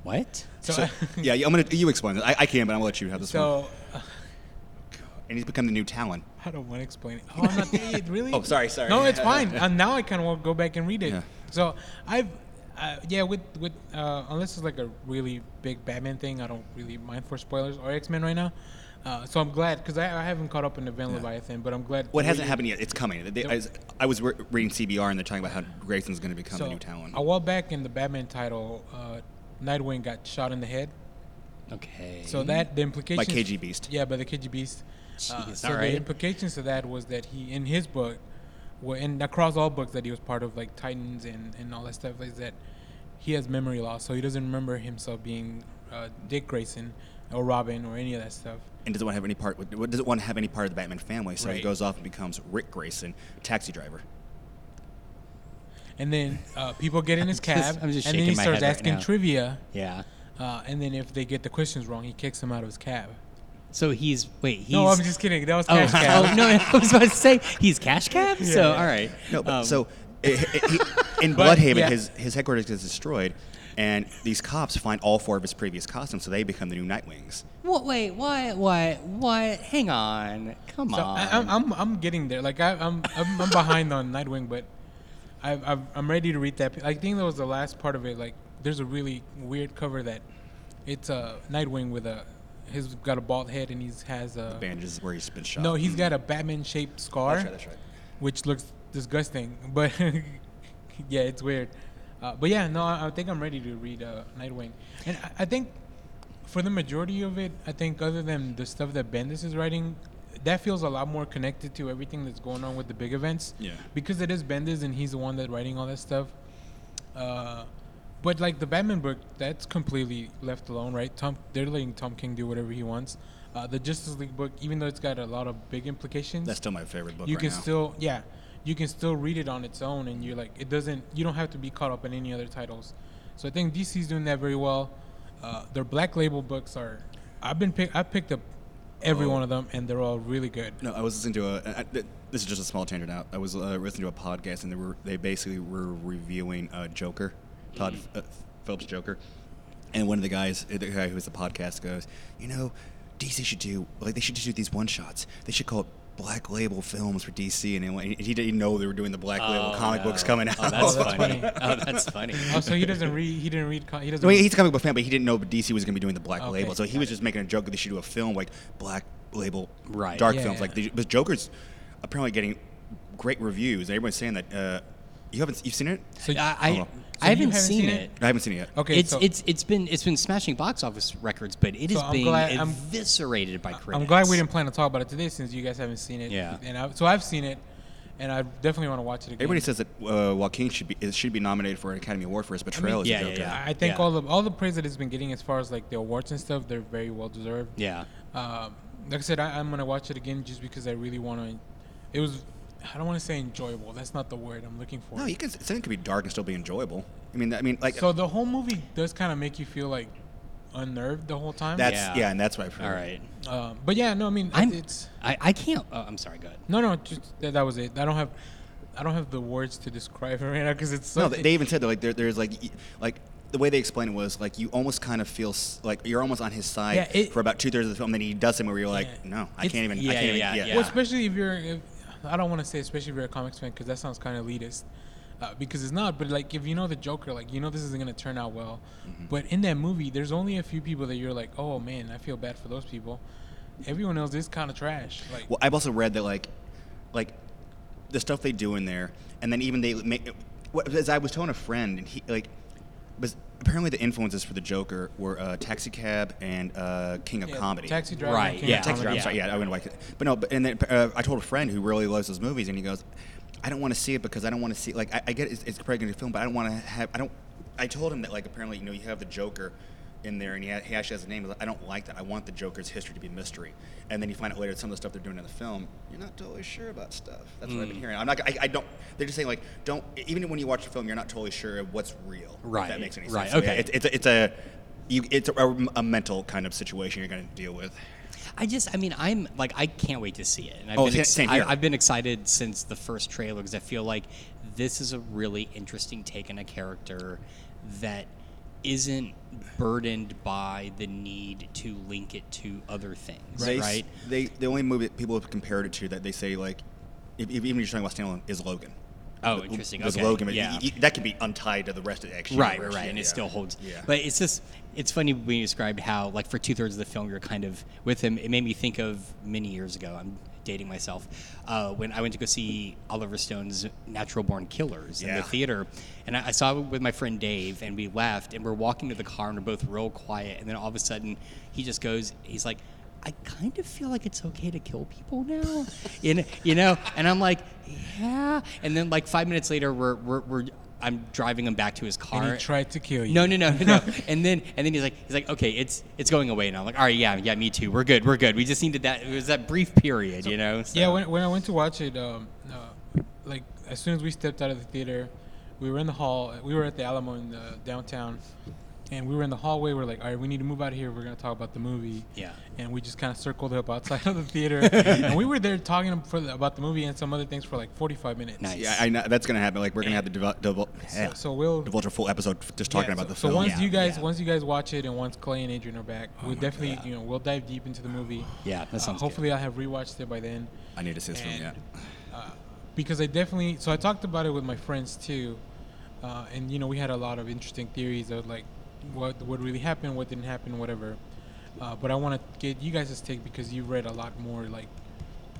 D: What?
C: So,
E: So, yeah, I'm gonna you explain this. I, I can, but I'm gonna let you have this one.
C: so
E: And he's become the new Talon.
C: I don't want to explain it. Oh, I'm not it really.
E: Oh, sorry, sorry.
C: No, it's fine. and now I kind of want to go back and read it.
E: Yeah.
C: So I've, uh, yeah, with with uh, unless it's like a really big Batman thing, I don't really mind for spoilers or X Men right now. Uh, so I'm glad because I, I haven't caught up in the Van Leviathan, but I'm glad.
E: What hasn't
C: reading-
E: happened yet? It's coming. They, I was, I was re- reading CBR and they're talking about how Grayson's going to become the new Talon.
C: a while back in the Batman title, uh, Nightwing got shot in the head.
D: Okay.
C: So that the implications
E: KG Beast.
C: Yeah, by the KG Beast. Uh,
D: Jeez,
C: so
D: alright.
C: the implications of that was that he in his book, well, and across all books that he was part of, like Titans and and all that stuff, is that he has memory loss, so he doesn't remember himself being uh, Dick Grayson or Robin or any of that stuff.
E: and doesn't want to have any part. with- Doesn't want to have any part of the Batman family. So he
C: Right.
E: goes off and becomes Rick Grayson, taxi driver.
C: And then uh, people get in his
D: I'm just-
C: cab,
D: I'm just
C: and then
D: shaking
C: he
D: my
C: starts
D: head right
C: asking
D: now.
C: trivia.
D: yeah.
C: Uh, and then if they get the questions wrong, he kicks them out of his cab.
D: So he's wait. He's,
C: no, I'm just kidding. That was
D: Oh,
C: Cash Cab.
D: oh, no! I was about to say he's cash cab. so
C: yeah.
D: all right.
E: No, but
D: Um,
E: so it, it- he- in
C: But,
E: Bloodhaven,
C: yeah.
E: his his headquarters gets destroyed, and these cops find all four of his previous costumes, so they become the new Nightwings.
D: What? Wait. What? What? What? Hang on. Come
C: So
D: on.
C: I, I'm, I'm I'm getting there. Like I, I'm I'm, I'm behind on Nightwing, but I, I've, I'm ready to read that. I think that was the last part of it. Like there's a really weird cover that it's a uh, Nightwing with a he's got a bald head and he's has a
E: Bandages where he's been shot.
C: no he's got a Batman shaped scar,
E: That's right, that's right.
C: which looks disgusting. But yeah, it's weird. Uh, but yeah, no, I, I think I'm ready to read uh, Nightwing, and I, I think for the majority of it, I think other than the stuff that Bendis is writing, that feels a lot more connected to everything that's going on with the big events.
E: Yeah.
C: Because it is Bendis and he's the one that writing all that stuff. Uh, but like the Batman book, that's completely left alone, right? Tom, they're letting Tom King do whatever he wants. Uh, the Justice League book, even though it's got a lot of big implications,
E: That's still my favorite book.
C: you
E: right
C: can
E: now.
C: still yeah you can still read it on its own and you're like it doesn't you don't have to be caught up in any other titles so i think dc's doing that very well uh, their black label books are i've been pick i picked up every one of them and they're all really good
E: Oh. No, I was listening to a. I, I- th- this is just a small tangent out. I was uh, listening to a podcast, and they were they basically were reviewing uh, Joker, Todd
D: Mm.
E: uh, Phillips Joker, and one of the guys, the guy who was the podcast, goes, you know, DC should do like they should just do these one shots. They should call it Black Label Films for DC, and, it went- he didn't know they were doing the Black Label
D: Oh,
E: comic
D: no.
E: books coming out.
D: Oh, that's
C: that's
D: funny.
C: funny.
D: oh, that's funny.
C: oh so he doesn't read he didn't read co- he doesn't
E: I mean,
C: read-
E: he's a comic book fan, but he didn't know DC was going to be doing the Black
C: Okay,
E: Label, so he
C: got
E: was
C: it.
E: just making a joke that they should do a film like Black Label,
D: Right.
E: Dark
C: Yeah,
E: films
C: yeah.
E: like. The, but Joker's apparently getting great reviews. Everyone's saying that. Uh, you haven't you've seen it?
C: so
D: I, I,
E: Hold on.
C: you
D: I haven't,
C: haven't
D: seen,
C: seen it?
D: it.
E: I haven't seen it yet.
C: okay
D: it's
C: so
D: it's it's been it's been smashing box office records, but it is
C: So I'm
D: being
C: glad- I'm-
D: eviscerated by critics.
C: i'm glad we didn't plan to talk about it today since you guys haven't seen it
D: Yeah.
C: and I, so i've seen it and i definitely want to watch it again
E: Everybody says that uh, Joaquin should be is- should be nominated for an Academy Award for his portrayal
D: yeah,
E: as
D: yeah,
E: the Joker.
D: yeah.
C: I I think
D: Yeah.
C: all the all the praise that it's been getting, as far as like the awards and stuff, they're very well deserved.
D: Yeah.
C: Um, like I said, I, I'm gonna watch it again just because I really want to. It was, I don't want to say enjoyable. That's not the word I'm looking for.
E: No, you can. Something could be dark and still be enjoyable. I mean, I mean, like
C: so the whole movie does kind of make you feel like unnerved the whole time.
E: that's
D: Yeah.
E: yeah. and that's why. I've heard.
D: All right.
C: Um, but yeah, no, I mean,
D: I'm-
C: it's
D: I, I can't. Oh, I'm sorry. Go ahead.
C: no, no, just that, that was it. I don't have, I don't have the words to describe it right now because it's so.
E: No, they, they even said that like there, there's like y- like the way they explained it was like you almost kind of feel s- like you're almost on his side
C: Yeah, it-
E: for about two thirds of the film. Then he does something where you're like,
C: Yeah.
E: no, I
C: It's-
E: can't even.
D: yeah,
E: I can't
D: yeah,
E: even,
D: yeah.
C: Well,
D: Yeah.
C: especially if you're, if, I don't want to say especially if you're a comics fan because that sounds kind of elitist, uh, because it's not. But like if you know the Joker, like you know this isn't gonna turn out well.
E: Mm-hmm.
C: But in that movie, there's only a few people that you're like, oh man, I feel bad for those people. Everyone else is kind of trash. Like
E: Well, I've also read that like, like, the stuff they do in there, and then even they make what, as I was telling a friend, and he like was apparently the influences for the Joker were uh, Taxi Cab and uh, King of
C: Yeah,
E: Comedy.
C: Taxi driver.
D: Right,
C: King
E: Yeah,
C: of
E: Taxi Driver.
C: Comedy.
E: I'm sorry. Yeah, I wouldn't like it. But no, but and then uh, I told a friend who really loves those movies, and he goes, "I don't want to see it because I don't want to see like I, I get it's, it's probably going to film, but I don't want to have I don't." I told him that like apparently you know you have the Joker in there, and he, ha- he actually has a name. He's like, I don't like that. I want the Joker's history to be a mystery, and then you find out later some of the stuff they're doing in the film. You're not totally sure about stuff. That's what I've
D: Mm.
E: been hearing. I'm not. I, I don't. They're just saying like don't. Even when you watch the film, you're not totally sure of what's real. if
D: Right,
E: that makes any
D: right,
E: sense. So, yeah,
D: okay.
E: it- it's a. It's a you, it's a, a mental kind of situation you're going to deal with.
D: I just, I mean, I'm like, I can't wait to see it. And I've
E: Oh, sa-
D: been
E: same here.
D: I, have been excited since the first trailer because I feel like this is a really interesting take on a character that isn't burdened by the need to link it to other things,
E: They,
D: right?
E: They the only movie that people have compared it to that they say like, if, if, even if you're talking about standalone is Logan.
D: Oh, interesting.
E: There's
D: Okay,
E: Logan, but
D: yeah.
E: y- y- that can be untied to the rest of the action.
D: right, right,
E: universe.
D: right,
E: Yeah,
D: and it
E: yeah.
D: still holds.
E: Yeah.
D: But it's just, it's funny when you described how, like, for two thirds of the film, you're kind of with him. It made me think of many years ago. I'm dating myself uh, when I went to go see Oliver Stone's Natural Born Killers in
E: Yeah.
D: the theater, and I, I saw it with my friend Dave, and we left, and we're walking to the car, and we're both real quiet, and then all of a sudden, he just goes, he's like. I kind of feel like it's okay to kill people now, in you know, and I'm like, yeah. And then like five minutes later, we're we're, we're I'm driving him back to his car.
C: And he tried to kill you.
D: No, no, no, no, no. and then and then he's like he's like, okay, it's it's going away now. I'm like, all right, yeah, yeah, me too. We're good. We're good. We just needed that. It was that brief period, you know.
C: Yeah,
D: so-
C: when, when I went to watch it, um, uh, like as soon as we stepped out of the theater, we were in the hall. We were at the Alamo in uh, downtown, and we were in the hallway. We're like, all right, we need to move out of here. We're gonna talk about the movie.
D: Yeah.
C: And we just kind of circled up outside of the theater, and we were there talking for the, about the movie and some other things for like 45 minutes.
D: Nice.
E: Yeah, I know that's going to happen. Like we're going to have to develop, develop,
C: So, so we'll
E: divulge a full episode f- just talking
C: yeah,
E: about
C: so,
E: the
C: so
E: film.
C: once
D: Yeah,
C: you guys
D: yeah.
C: once you guys watch it and once Clay and Adrian are back, we'll definitely you know we'll dive deep into the movie. Uh,
D: Yeah, that sounds good.
C: hopefully I'll have rewatched it by then.
E: I need to see this film. Yeah.
C: And- because I definitely so I talked about it with my friends too, uh, and you know we had a lot of interesting theories of like what what really happened, what didn't happen, whatever. Uh, but I want to get you guys' take because you read a lot more like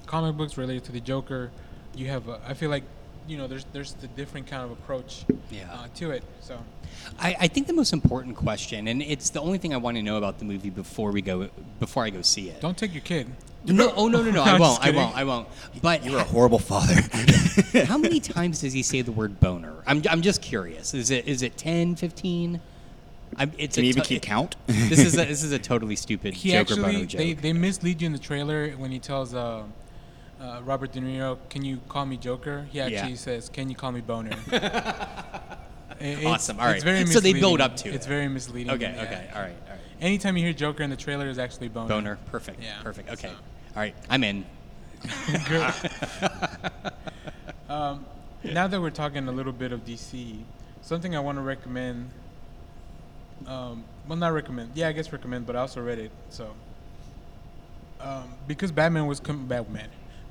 C: comic books related to the Joker. You have a, I feel like you know there's there's the different kind of approach
D: Yeah.
C: uh, to it. So
D: I, I think the most important question, and it's the only thing I want to know about the movie before we go before I go see it.
C: don't take your kid.
D: No, oh no, no, no, I
C: I'm just
D: won't. I
C: kidding.
D: won't. I won't. But
E: You're a horrible father.
D: how many times does he say the word boner? I'm, I'm just curious. Is it is it 10, 15? I'm, it's
E: Can
D: a
E: you even
D: to-
E: keep count?
D: this is a, this is a totally stupid
C: He
D: Joker boner
C: actually
D: joke.
C: they they mislead you in the trailer when he tells. Uh, uh, Robert De Niro, can you call me Joker? He actually says, "Can you call me Boner?" It- it's-
D: Awesome. All right.
C: It's very
D: So they build
C: misleading.
D: up to
C: It's
D: it.
C: very misleading.
D: Okay.
C: yeah.
D: Okay. All right. All right.
C: Anytime you hear Joker in the trailer is actually Boner.
D: Boner. Perfect.
C: Yeah,
D: Perfect. Okay.
C: so-
D: All right. I'm in.
C: Um, Now that we're talking a little bit of DC, something I want to recommend. Um, well, not recommend. Yeah, I guess recommend, but I also read it. So, um, because Batman was com- Batman,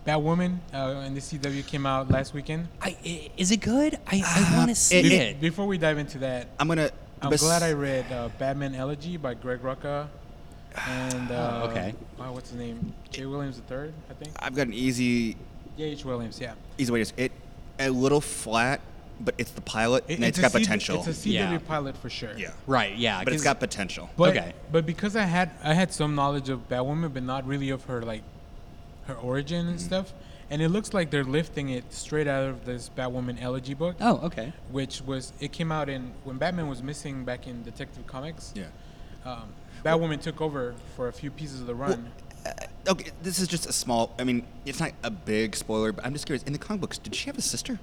C: Batwoman, uh, and the CW came out last weekend.
D: I, i- is it good? I, I want to see
E: Uh, it-
D: it.
E: it-
C: Before we dive into that,
E: I'm gonna.
C: I'm
E: bes-
C: glad I read uh, Batman Elegy by Greg Rucka and uh,
D: okay.
C: uh, what's his name? Jay Williams III, I think.
E: I've got an easy,
C: Yeah, H. Williams. Yeah.
E: easy way to. s- It a little flat, but it's the pilot
C: It-
E: and it's
C: a
E: got
C: C-
E: potential.
C: It's a CW
D: Yeah.
C: pilot for sure.
E: yeah.
D: Right. Yeah.
E: But it's
D: 'cause-
E: got potential.
C: But,
D: Okay.
C: But because I had I had some knowledge of Batwoman, but not really of her like her origin
E: Mm-hmm.
C: and stuff. And it looks like they're lifting it straight out of this Batwoman Elegy book,
D: Oh. Okay.
C: which was it came out in when Batman was missing back in Detective Comics.
E: Yeah.
C: Um, Batwoman took over for a few pieces of the run.
E: Uh, okay, this is just a small. I mean, it's not a big spoiler, but I'm just curious. In the comic books, did she have a sister?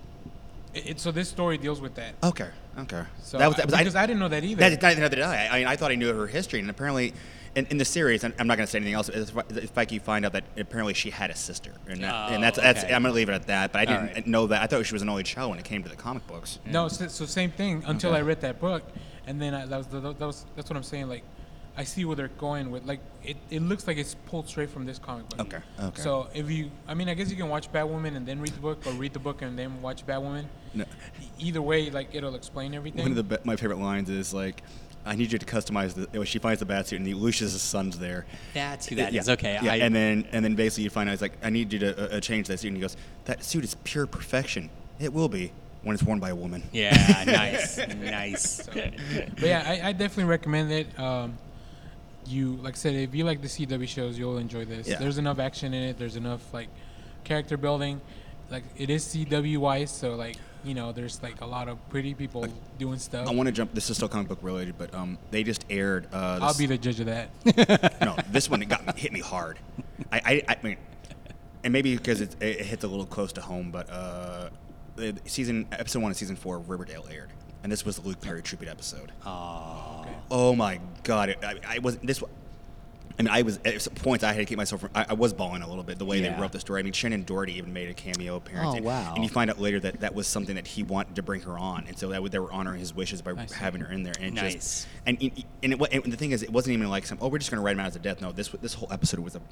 C: It, it- so this story deals with that.
E: Okay, okay.
C: So I- because I, didn't know that either.
E: That, that, that, I, I mean, I thought I knew her history, and apparently, in, in the series, and I'm not going to say anything else. If, I- if I can find out that apparently she had a sister, and, that, and that's,
D: Oh,
E: that's
D: okay.
E: I'm going to leave it at that. But I
D: All
E: didn't
D: right.
E: know that. I thought she was an only child when it came to the comic books.
C: No, so, so same thing until
E: Okay.
C: I read that book, and then I, that was, that was that's what I'm saying. Like, I see where they're going with. Like, it, it looks like it's pulled straight from this comic book.
E: Okay, okay.
C: So if you, I mean, I guess you can watch Batwoman and then read the book, or read the book and then watch Batwoman.
E: No.
C: E- Either way, like it'll explain everything.
E: One of the be- my favorite lines is like, "I need you to customize the." When she finds the bat suit, and the Lucius' son's there.
D: That's who that is.
E: yeah,
D: Okay.
E: Yeah,
D: I,
E: and then and then basically you find out it's like, "I need you to uh, uh, change that suit," and he goes, "That suit is pure perfection. It will be when it's worn by a woman.
D: Yeah, nice, nice.
C: But yeah, I, I definitely recommend it. Um, you like I said, if you like the CW shows, you'll enjoy this.
E: Yeah.
C: There's enough action in it. There's enough like character building. Like it is CW wise, so like you know, there's like a lot of pretty people doing stuff.
E: I want to jump. This is still comic book related, but um, they just aired. Uh, this,
C: I'll be the judge of that.
E: no, this one it got me, hit me hard. I, I, I mean, and maybe because it, it hits a little close to home, but uh, the the season episode one of season four of Riverdale aired, and this was the Luke Perry tribute episode. Oh,
D: Ah,
E: my god! It, I, I was this. And I was at some points I had to keep myself from. I, I was bawling a little bit the way
D: Yeah.
E: they wrote the story. I mean, Shannon Doherty even made a cameo appearance.
D: Oh,
E: and,
D: wow.
E: And you find out later that that was something that he wanted to bring her on, and so that would- they were honoring his wishes by
C: see.
E: having her in there. And it
D: Nice.
E: just and it- and, it, wa- and the thing is, it wasn't even like some. Oh, we're just gonna write him out as a death. No, this wa- this whole episode was a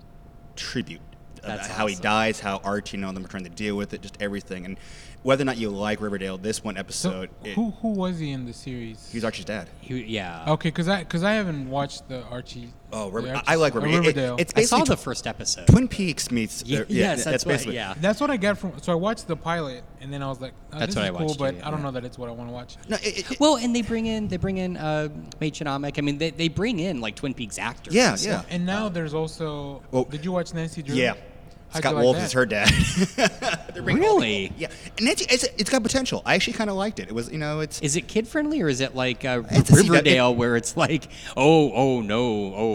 E: tribute. of
D: That's
E: how he
D: awesome.
E: dies, how Archie and all them are trying to deal with it, just everything, and whether or not you like Riverdale, this one
C: So,
E: episode, it,
C: who who was he in the series?
E: he's Archie's dad.
D: Who- yeah.
C: Okay, because I because I haven't watched the Archie.
E: Oh,
C: the
E: River, I,
C: Archie-
E: I like
C: or
E: Riverdale. It- it-
C: Riverdale.
E: it's
D: I saw
E: basically
D: the first episode.
E: Twin Peaks meets.
D: Ye-
E: uh, yeah,
D: yes, that's, what,
E: basically.
D: yeah.
C: That's what I got from. So I watched the pilot, and then I was like, oh,
D: That's
C: "This
D: what
C: is
D: I
C: cool,"
D: watched,
C: but
D: yeah,
C: I don't
D: yeah.
C: know that it's what I want to watch.
E: No, it- it- it-
D: Well, and they bring in they bring in uh, Magenomic. I mean, they, they bring in like Twin Peaks actors.
E: yeah,
D: and stuff.
E: yeah.
C: And now there's also.
E: Well,
C: did you watch Nancy Drew?
E: Oh. Yeah.
C: How'd
E: Scott
C: you like
E: Wolf
C: that?
E: is her dad. They're bringing all the-
D: Really?
E: Yeah. And it's, it's, it's got potential. I actually kind of liked it. It was, you know, it's.
D: Is it kid friendly or is it like uh,
E: It's a CW
D: Riverdale where it's like, oh, oh no, oh, oh,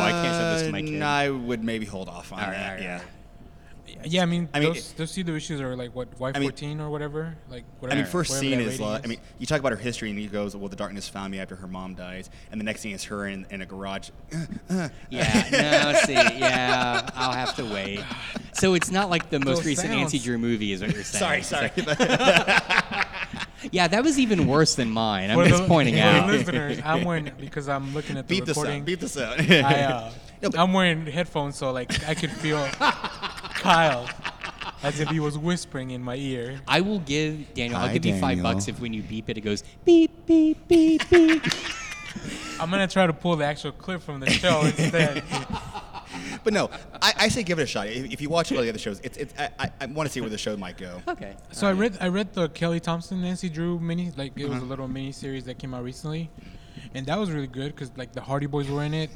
D: I can't show this to my
E: Uh,
D: kid.
E: no, I would maybe hold off on
D: All right,
E: that.
D: all right,
E: yeah.
D: all right.
C: Yeah, I mean,
E: I mean,
C: those, those CW issues are like what Y14
E: I mean-
C: or whatever. Like
E: I
C: whatever.
E: mean, first
C: whatever
E: scene
C: that
E: is,
C: rating
E: like, I mean, you talk about her history, and he goes, "Well, the darkness found me after her mom dies," and the next scene is her in, in a garage.
D: Yeah, no, see, yeah, I'll have to wait. So it's not like the most
C: Those
D: recent Nancy
C: sounds.
D: Drew movie, is what you're saying.
E: sorry,
D: It's
E: sorry.
D: like- yeah, that was even worse than mine. I'm
C: For
D: just
C: the-
D: pointing
C: for the
D: out.
C: listeners, I'm wearing because I'm looking at the
E: beat this
C: recording.
E: out. Beat this out.
C: I, uh,
E: No, but-
C: I'm wearing headphones, so like I could feel Kyle as if he was whispering in my ear.
D: I will give Daniel. I'll
E: Hi,
D: give you five
E: Daniel.
D: bucks if when you beep it, it goes beep beep beep beep.
C: I'm gonna try to pull the actual clip from the show instead.
E: but no, I, I say give it a shot. If, if you watch all the other shows, it's, it's I, I, I want to see where the show might go.
D: okay.
C: so I read I read the Kelly Thompson Nancy Drew mini like it was
E: Uh-huh.
C: a little mini series that came out recently, and that was really good because like the Hardy Boys were in it,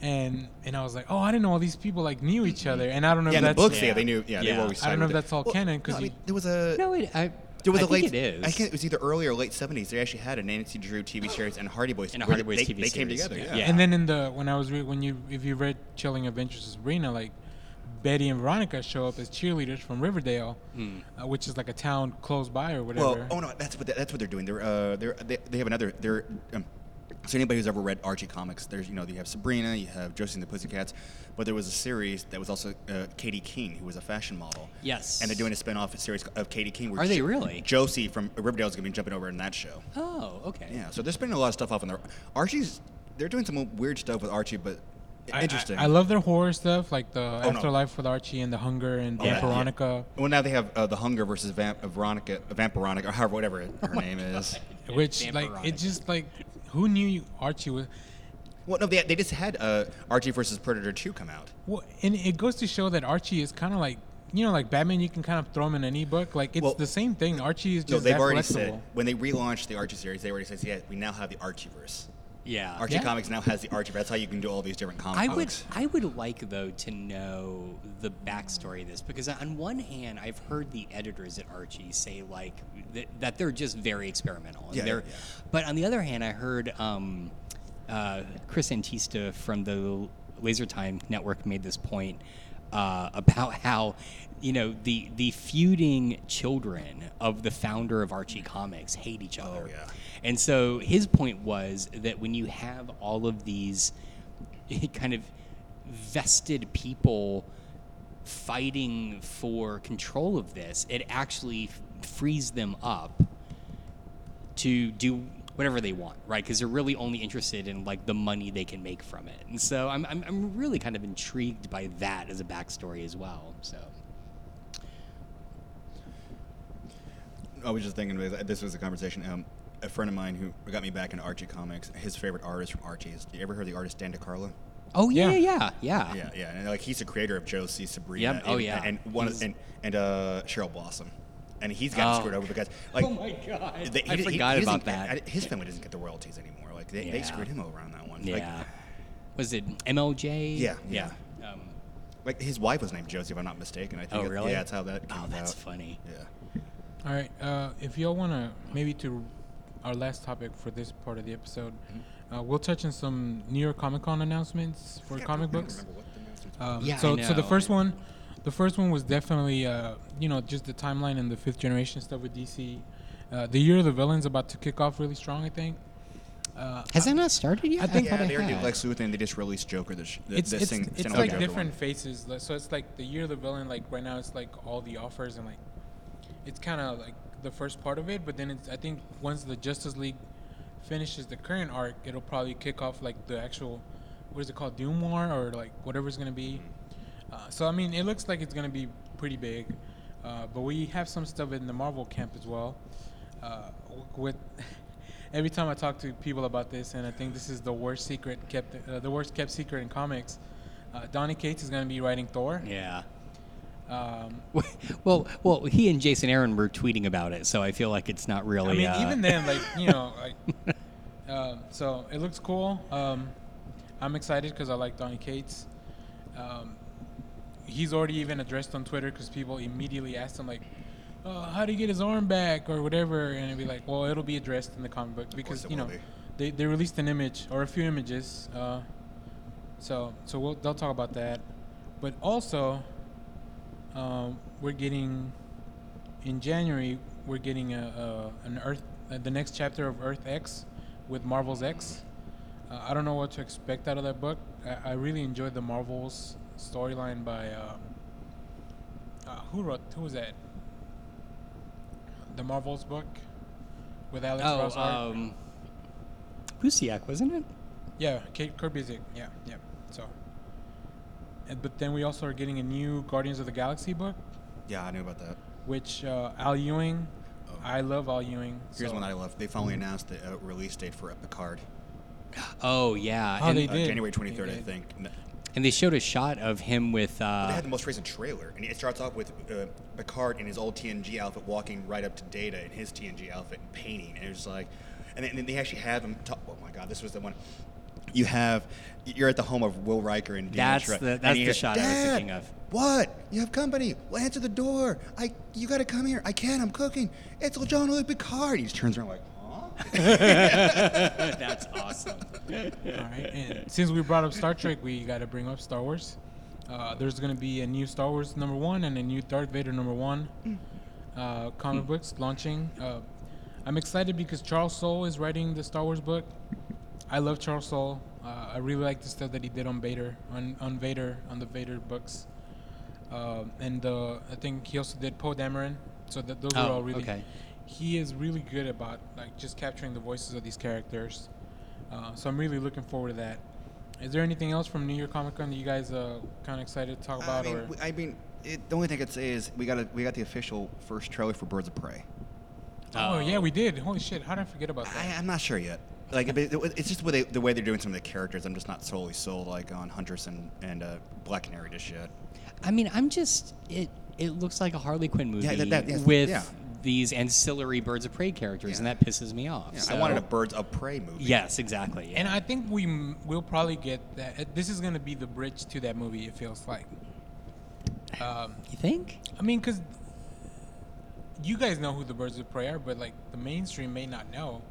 C: and and I was like, oh, I didn't know all these people like knew each other, and I don't know
E: Yeah,
C: if
E: in the
C: that's
E: books, yeah,
D: yeah.
E: they knew. Yeah, they
D: Yeah.
E: were always.
C: I don't know if
E: signed with
C: that's all
E: it.
C: canon, 'cause
E: no, I
C: you-
E: mean, there was a
D: No, it. I,
E: There was
D: I
E: a late.
D: think it is.
E: I can't. It was either early or late seventies. They actually had a Nancy Drew TV series and Hardy Boys.
D: And a
E: where
D: Hardy Boys
E: they,
D: TV
E: They came
D: series,
E: together.
D: yeah.
E: Yeah.
D: Yeah.
C: And then in the when I was re- when you if you read Chilling Adventures of Sabrina, like Betty and Veronica show up as cheerleaders from Riverdale, uh, which is like a town close by or whatever.
E: Hmm. Well, oh no, that's what they, that's what they're doing. They're uh, they're they, they have another they're. Um, so anybody who's ever read Archie comics, there's you know you have Sabrina, you have Josie and the Pussycats, but there was a series that was also uh, Katie King, who was a fashion model.
D: Yes.
E: And they're doing a spin-off series of Katie King. Where
D: Are they
E: Jo-
D: really?
E: Josie from Riverdale is going to be jumping over in that show.
D: Oh, okay.
E: Yeah. So they're spinning a lot of stuff off on their Archie's. They're doing some weird stuff with Archie, but
C: I- I-
E: interesting. Oh,
C: I, love their horror stuff, like the
E: no. Oh,
C: Afterlife with Archie and the Hunger and
E: Yeah.
C: Veronica,
E: Well, now they have uh, the Hunger versus Vamp uh, Veronica, uh, Vamp Veronica, or however, whatever her name is.
C: which
D: Damn
C: like
D: Veronica.
C: it's just like who knew Archie was.
E: Well, no, they, they just had uh, Archie versus Predator two come out.
C: Well, and it goes to show that Archie is kind of like you know like Batman, you can kind of throw him in any book. Like it's
E: Well,
C: the same thing. Archie is just
E: No, they've
C: that
E: already
C: flexible.
E: said when they relaunched the Archie series, they already said, "Yeah, we now have the Archieverse.
D: Yeah.
E: Archie
C: Yeah.
E: Comics now has the Archieverse. That's how you can do all these different comic
D: I would
E: books."
D: I would like though to know the backstory of this because on one hand I've heard the editors at Archie say like th- that they're just very experimental and
E: Yeah, yeah,
D: they're,
E: yeah.
D: but on the other hand I heard um, uh, Chris Antista from the Laser Time Network made this point uh, about how you know the the feuding children of the founder of Archie Comics hate each other
E: Oh, yeah.
D: and so his point was that when you have all of these kind of vested people fighting for control of this, it actually f- frees them up to do whatever they want, right? Because they're really only interested in like the money they can make from it. And so I'm, I'm, I'm really kind of intrigued by that as a backstory as well. So
E: I was just thinking about this was a conversation. Um, a friend of mine who got me back into Archie Comics, his favorite artist from Archie is. You ever heard of the artist Dan DiCarlo?
D: oh yeah
C: Yeah.
D: yeah yeah.
E: Yeah, Ah. yeah, and like he's the creator of Josie, Sabrina,
D: Yep. Oh,
E: and,
D: yeah.
E: and one of-
D: He's-
E: and and uh, Cheryl Blossom. and he's gotten
D: Oh.
E: screwed over because like
D: oh my god!
E: they- he
D: I
E: didn't- he-
D: forgot
E: he doesn't
D: about
E: get-
D: that.
E: I- His family doesn't get the royalties anymore. Like they, they
D: Yeah.
E: screwed him over on that one. Like,
D: yeah. Was it MLJ?
E: Yeah, yeah.
D: Um,
E: like his wife was named Josie, if I'm not mistaken. I think
D: Oh,
E: that's-
D: really?
E: Yeah, that's how that came
D: oh, that's
E: about.
D: funny.
E: Yeah.
C: All right. Uh, if y'all want to, maybe to our last topic for this part of the episode,
E: Mm-hmm.
C: uh, we'll touch on some New York Comic Con announcements for comic books. Um,
D: Yeah, I
C: so, so the
D: know.
C: first one, the first one was definitely, uh, you know, just the timeline and the fifth generation stuff with DC. Uh, the year of the villains about to kick off really strong, I think. Uh,
D: Has that not started yet?
C: I think-
E: Yeah,
D: thought it
E: they already did
D: had.
E: Lex Luthor, and they just released Joker. This, the,
C: it's
E: the
C: it's,
E: sing,
C: it's
E: cinematic
C: like
E: Joker
C: different
E: One.
C: faces. Like, So it's like the year of the villain. Like right now, it's like all the offers and like it's kind of like the first part of it. But then it's I think once the Justice League finishes the current arc, it'll probably kick off like the actual what is it called Doom War or like whatever it's gonna be. Uh, so I mean, it looks like it's gonna be pretty big. Uh, but we have some stuff in the Marvel camp as well. Uh, w- with every time I talk to people about this, and I think this is the worst secret kept, uh, the worst kept secret in comics. Uh, Donny Cates is going to be writing Thor.
D: Yeah.
C: Um,
D: Well, well, he and Jason Aaron were tweeting about it, so I feel like it's not really.
C: I mean,
D: uh,
C: even then, like you know, like um, so it looks cool. Um, I'm excited because I like Donny Cates. Um, he's already even addressed on Twitter because people immediately asked him like, oh, "How do you get his arm back?" or whatever, and it'd be like, "Well, it'll be addressed in the comic book because
E: it
C: you
E: will
C: know
E: be.
C: they, they released an image or a few images." Uh, so so we'll, they'll talk about that, but also um, we're getting in January we're getting a, a an Earth uh, the next chapter of Earth X with Marvel's X. Uh, I don't know what to expect out of that book. I, I really enjoyed the Marvel's storyline by um, uh, who wrote who was that? The Marvel's book with Alex
D: oh,
C: Ross art.
D: um, Busiak, wasn't it?
C: Yeah, Kate Kurbizik. Yeah, yeah. So, and, but then we also are getting a new Guardians of the Galaxy book,
E: Yeah, I knew about that.
C: which uh, Al Ewing.
E: Oh.
C: I love Al Ewing.
E: Here's
C: so-
E: one that I love. They finally announced the uh, release date for Picard,
D: Oh, yeah.
C: Oh,
D: and,
C: they
E: uh,
C: did.
E: January
C: They
E: 23rd, I
C: did.
E: think. And th-
D: and they showed a shot of him with.
E: They
D: Uh,
E: had the most recent trailer, and it starts off with uh, Picard in his old TNG outfit walking right up to Data in his TNG outfit and painting. And it was like, and then, and then they actually have him. Talk, oh my God, this was the one. You have, you're at the home of Will Riker and Deanna
D: That's
E: Trent,
D: the-
E: and
D: that's
E: you
D: the
E: hear,
D: shot I was
E: "Dad,
D: thinking of."
E: What? You have company. Well, answer the door. I, you got to come here. I can't. I'm cooking. It's John Luke Picard. He just turns around like, huh?
D: that's awesome.
C: All right. And since we brought up Star Trek, we got to bring up Star Wars. Uh, there's going to be a new Star Wars number one and a new Darth Vader number one uh,
D: Hmm.
C: comic books launching. Uh, I'm excited because Charles Soule is writing the Star Wars book. I love Charles Soule. Uh, I really like the stuff that he did on Vader, on, on Vader, on the Vader books. Um and uh, I think he also did Poe Dameron. So that those are
D: Oh,
C: all really.
D: okay.
C: He is really good about like just capturing the voices of these characters. Uh, so I'm really looking forward to that. Is there anything else from New York Comic Con that you guys uh, kind of excited to talk about?
E: I mean,
C: or
E: we- uh, I mean it, the only thing I could say is we got a, we got the official first trailer for Birds of Prey.
C: oh yeah, we did. Holy shit! How did I forget about
E: I,
C: that?
E: I'm not sure yet. Like it- it- it's just the way, they, the way they're doing some of the characters. I'm just not solely sold like on Huntress and and uh, Black Canary just yet.
D: I mean, I'm just it. It looks like a Harley Quinn movie
E: that- that- yes,
D: with
E: yeah.
D: these ancillary Birds of Prey characters, and
E: Yeah.
D: that pisses me off.
E: Yeah,
D: so-
E: I wanted a Birds of Prey movie.
D: Yes, exactly.
C: And
D: yeah.
C: I think we m- will probably get that. uh, This is gonna be the bridge to that movie. It feels like. Um,
D: you think?
C: I mean, because you guys know who the Birds of Prey are, but like the mainstream may not know.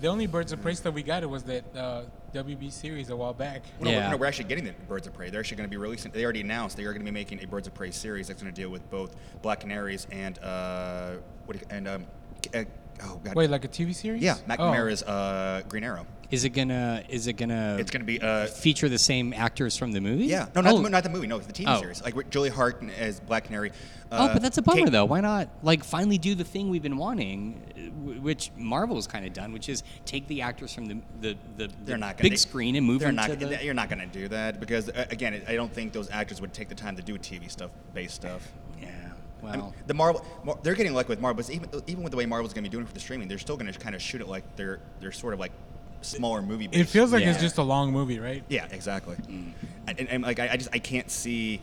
C: The only Birds of Prey stuff we got it was that uh, WB series a while back.
E: Well, no, we're-
D: Yeah.
E: no, we're actually getting the Birds of Prey. They're actually going to be releasing. They already announced they are going to be making a Birds of Prey series that's going to deal with both Black Canaries and uh, what do you, and um, uh, oh god,
C: Wait, like a TV series?
E: yeah,
C: Oh.
E: McNamara's uh, Green Arrow.
D: Is it gonna? Is it gonna?
E: It's going to be uh,
D: feature the same actors from the movie.
E: Yeah, no, not,
D: oh.
E: the, mo- not the movie. No, it's the TV
D: Oh.
E: series. Like with Julie Hart as Black Canary.
D: Oh,
E: uh,
D: but that's a bummer
E: Kate-
D: though. Why not like finally do the thing we've been wanting, uh, w- which Marvel's kind of done, which is take the actors from the the, the, the
E: They're not gonna,
D: big screen and move
E: they're
D: them
E: not,
D: to the.
E: You're not going to do that because uh, again, I don't think those actors would take the time to do TV stuff, based stuff.
D: yeah. Well.
E: I mean, the Marvel, Mar- they're getting lucky with Marvel, but even even with the way Marvel's going to be doing it for the streaming, they're still going to kind of shoot it like they're they're sort of like smaller movie.
C: It feels like it's
D: Yeah.
C: just a long movie, right?
E: Yeah, exactly.
C: Mm.
E: And, and like I, I just I can't see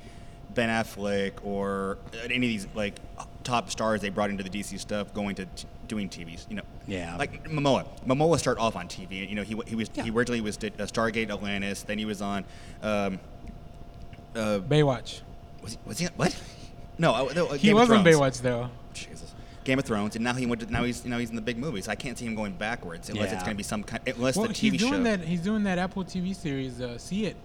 E: Ben Affleck or any of these like top stars they brought into the DC stuff going to t- doing TVs. You know,
D: Yeah.
E: like Momoa. Momoa started off on TV. You know, he wa- he was he
D: Yeah.
E: originally was did, uh, Stargate Atlantis. Then he was on. Um, uh,
C: Baywatch.
E: was he, was he on- what? No, uh, no, uh,
C: He
E: Game
C: was
E: of
C: on
E: Thrones.
C: Baywatch though.
E: Jesus. Game of Thrones, and now he went. To, now he's you know he's in the big movies. I can't see him going backwards unless it's
D: Yeah.
E: going to be some kind. Unless
C: Well,
E: the TV
C: he's doing
E: show.
C: that. He's doing that Apple TV series. Uh, see it,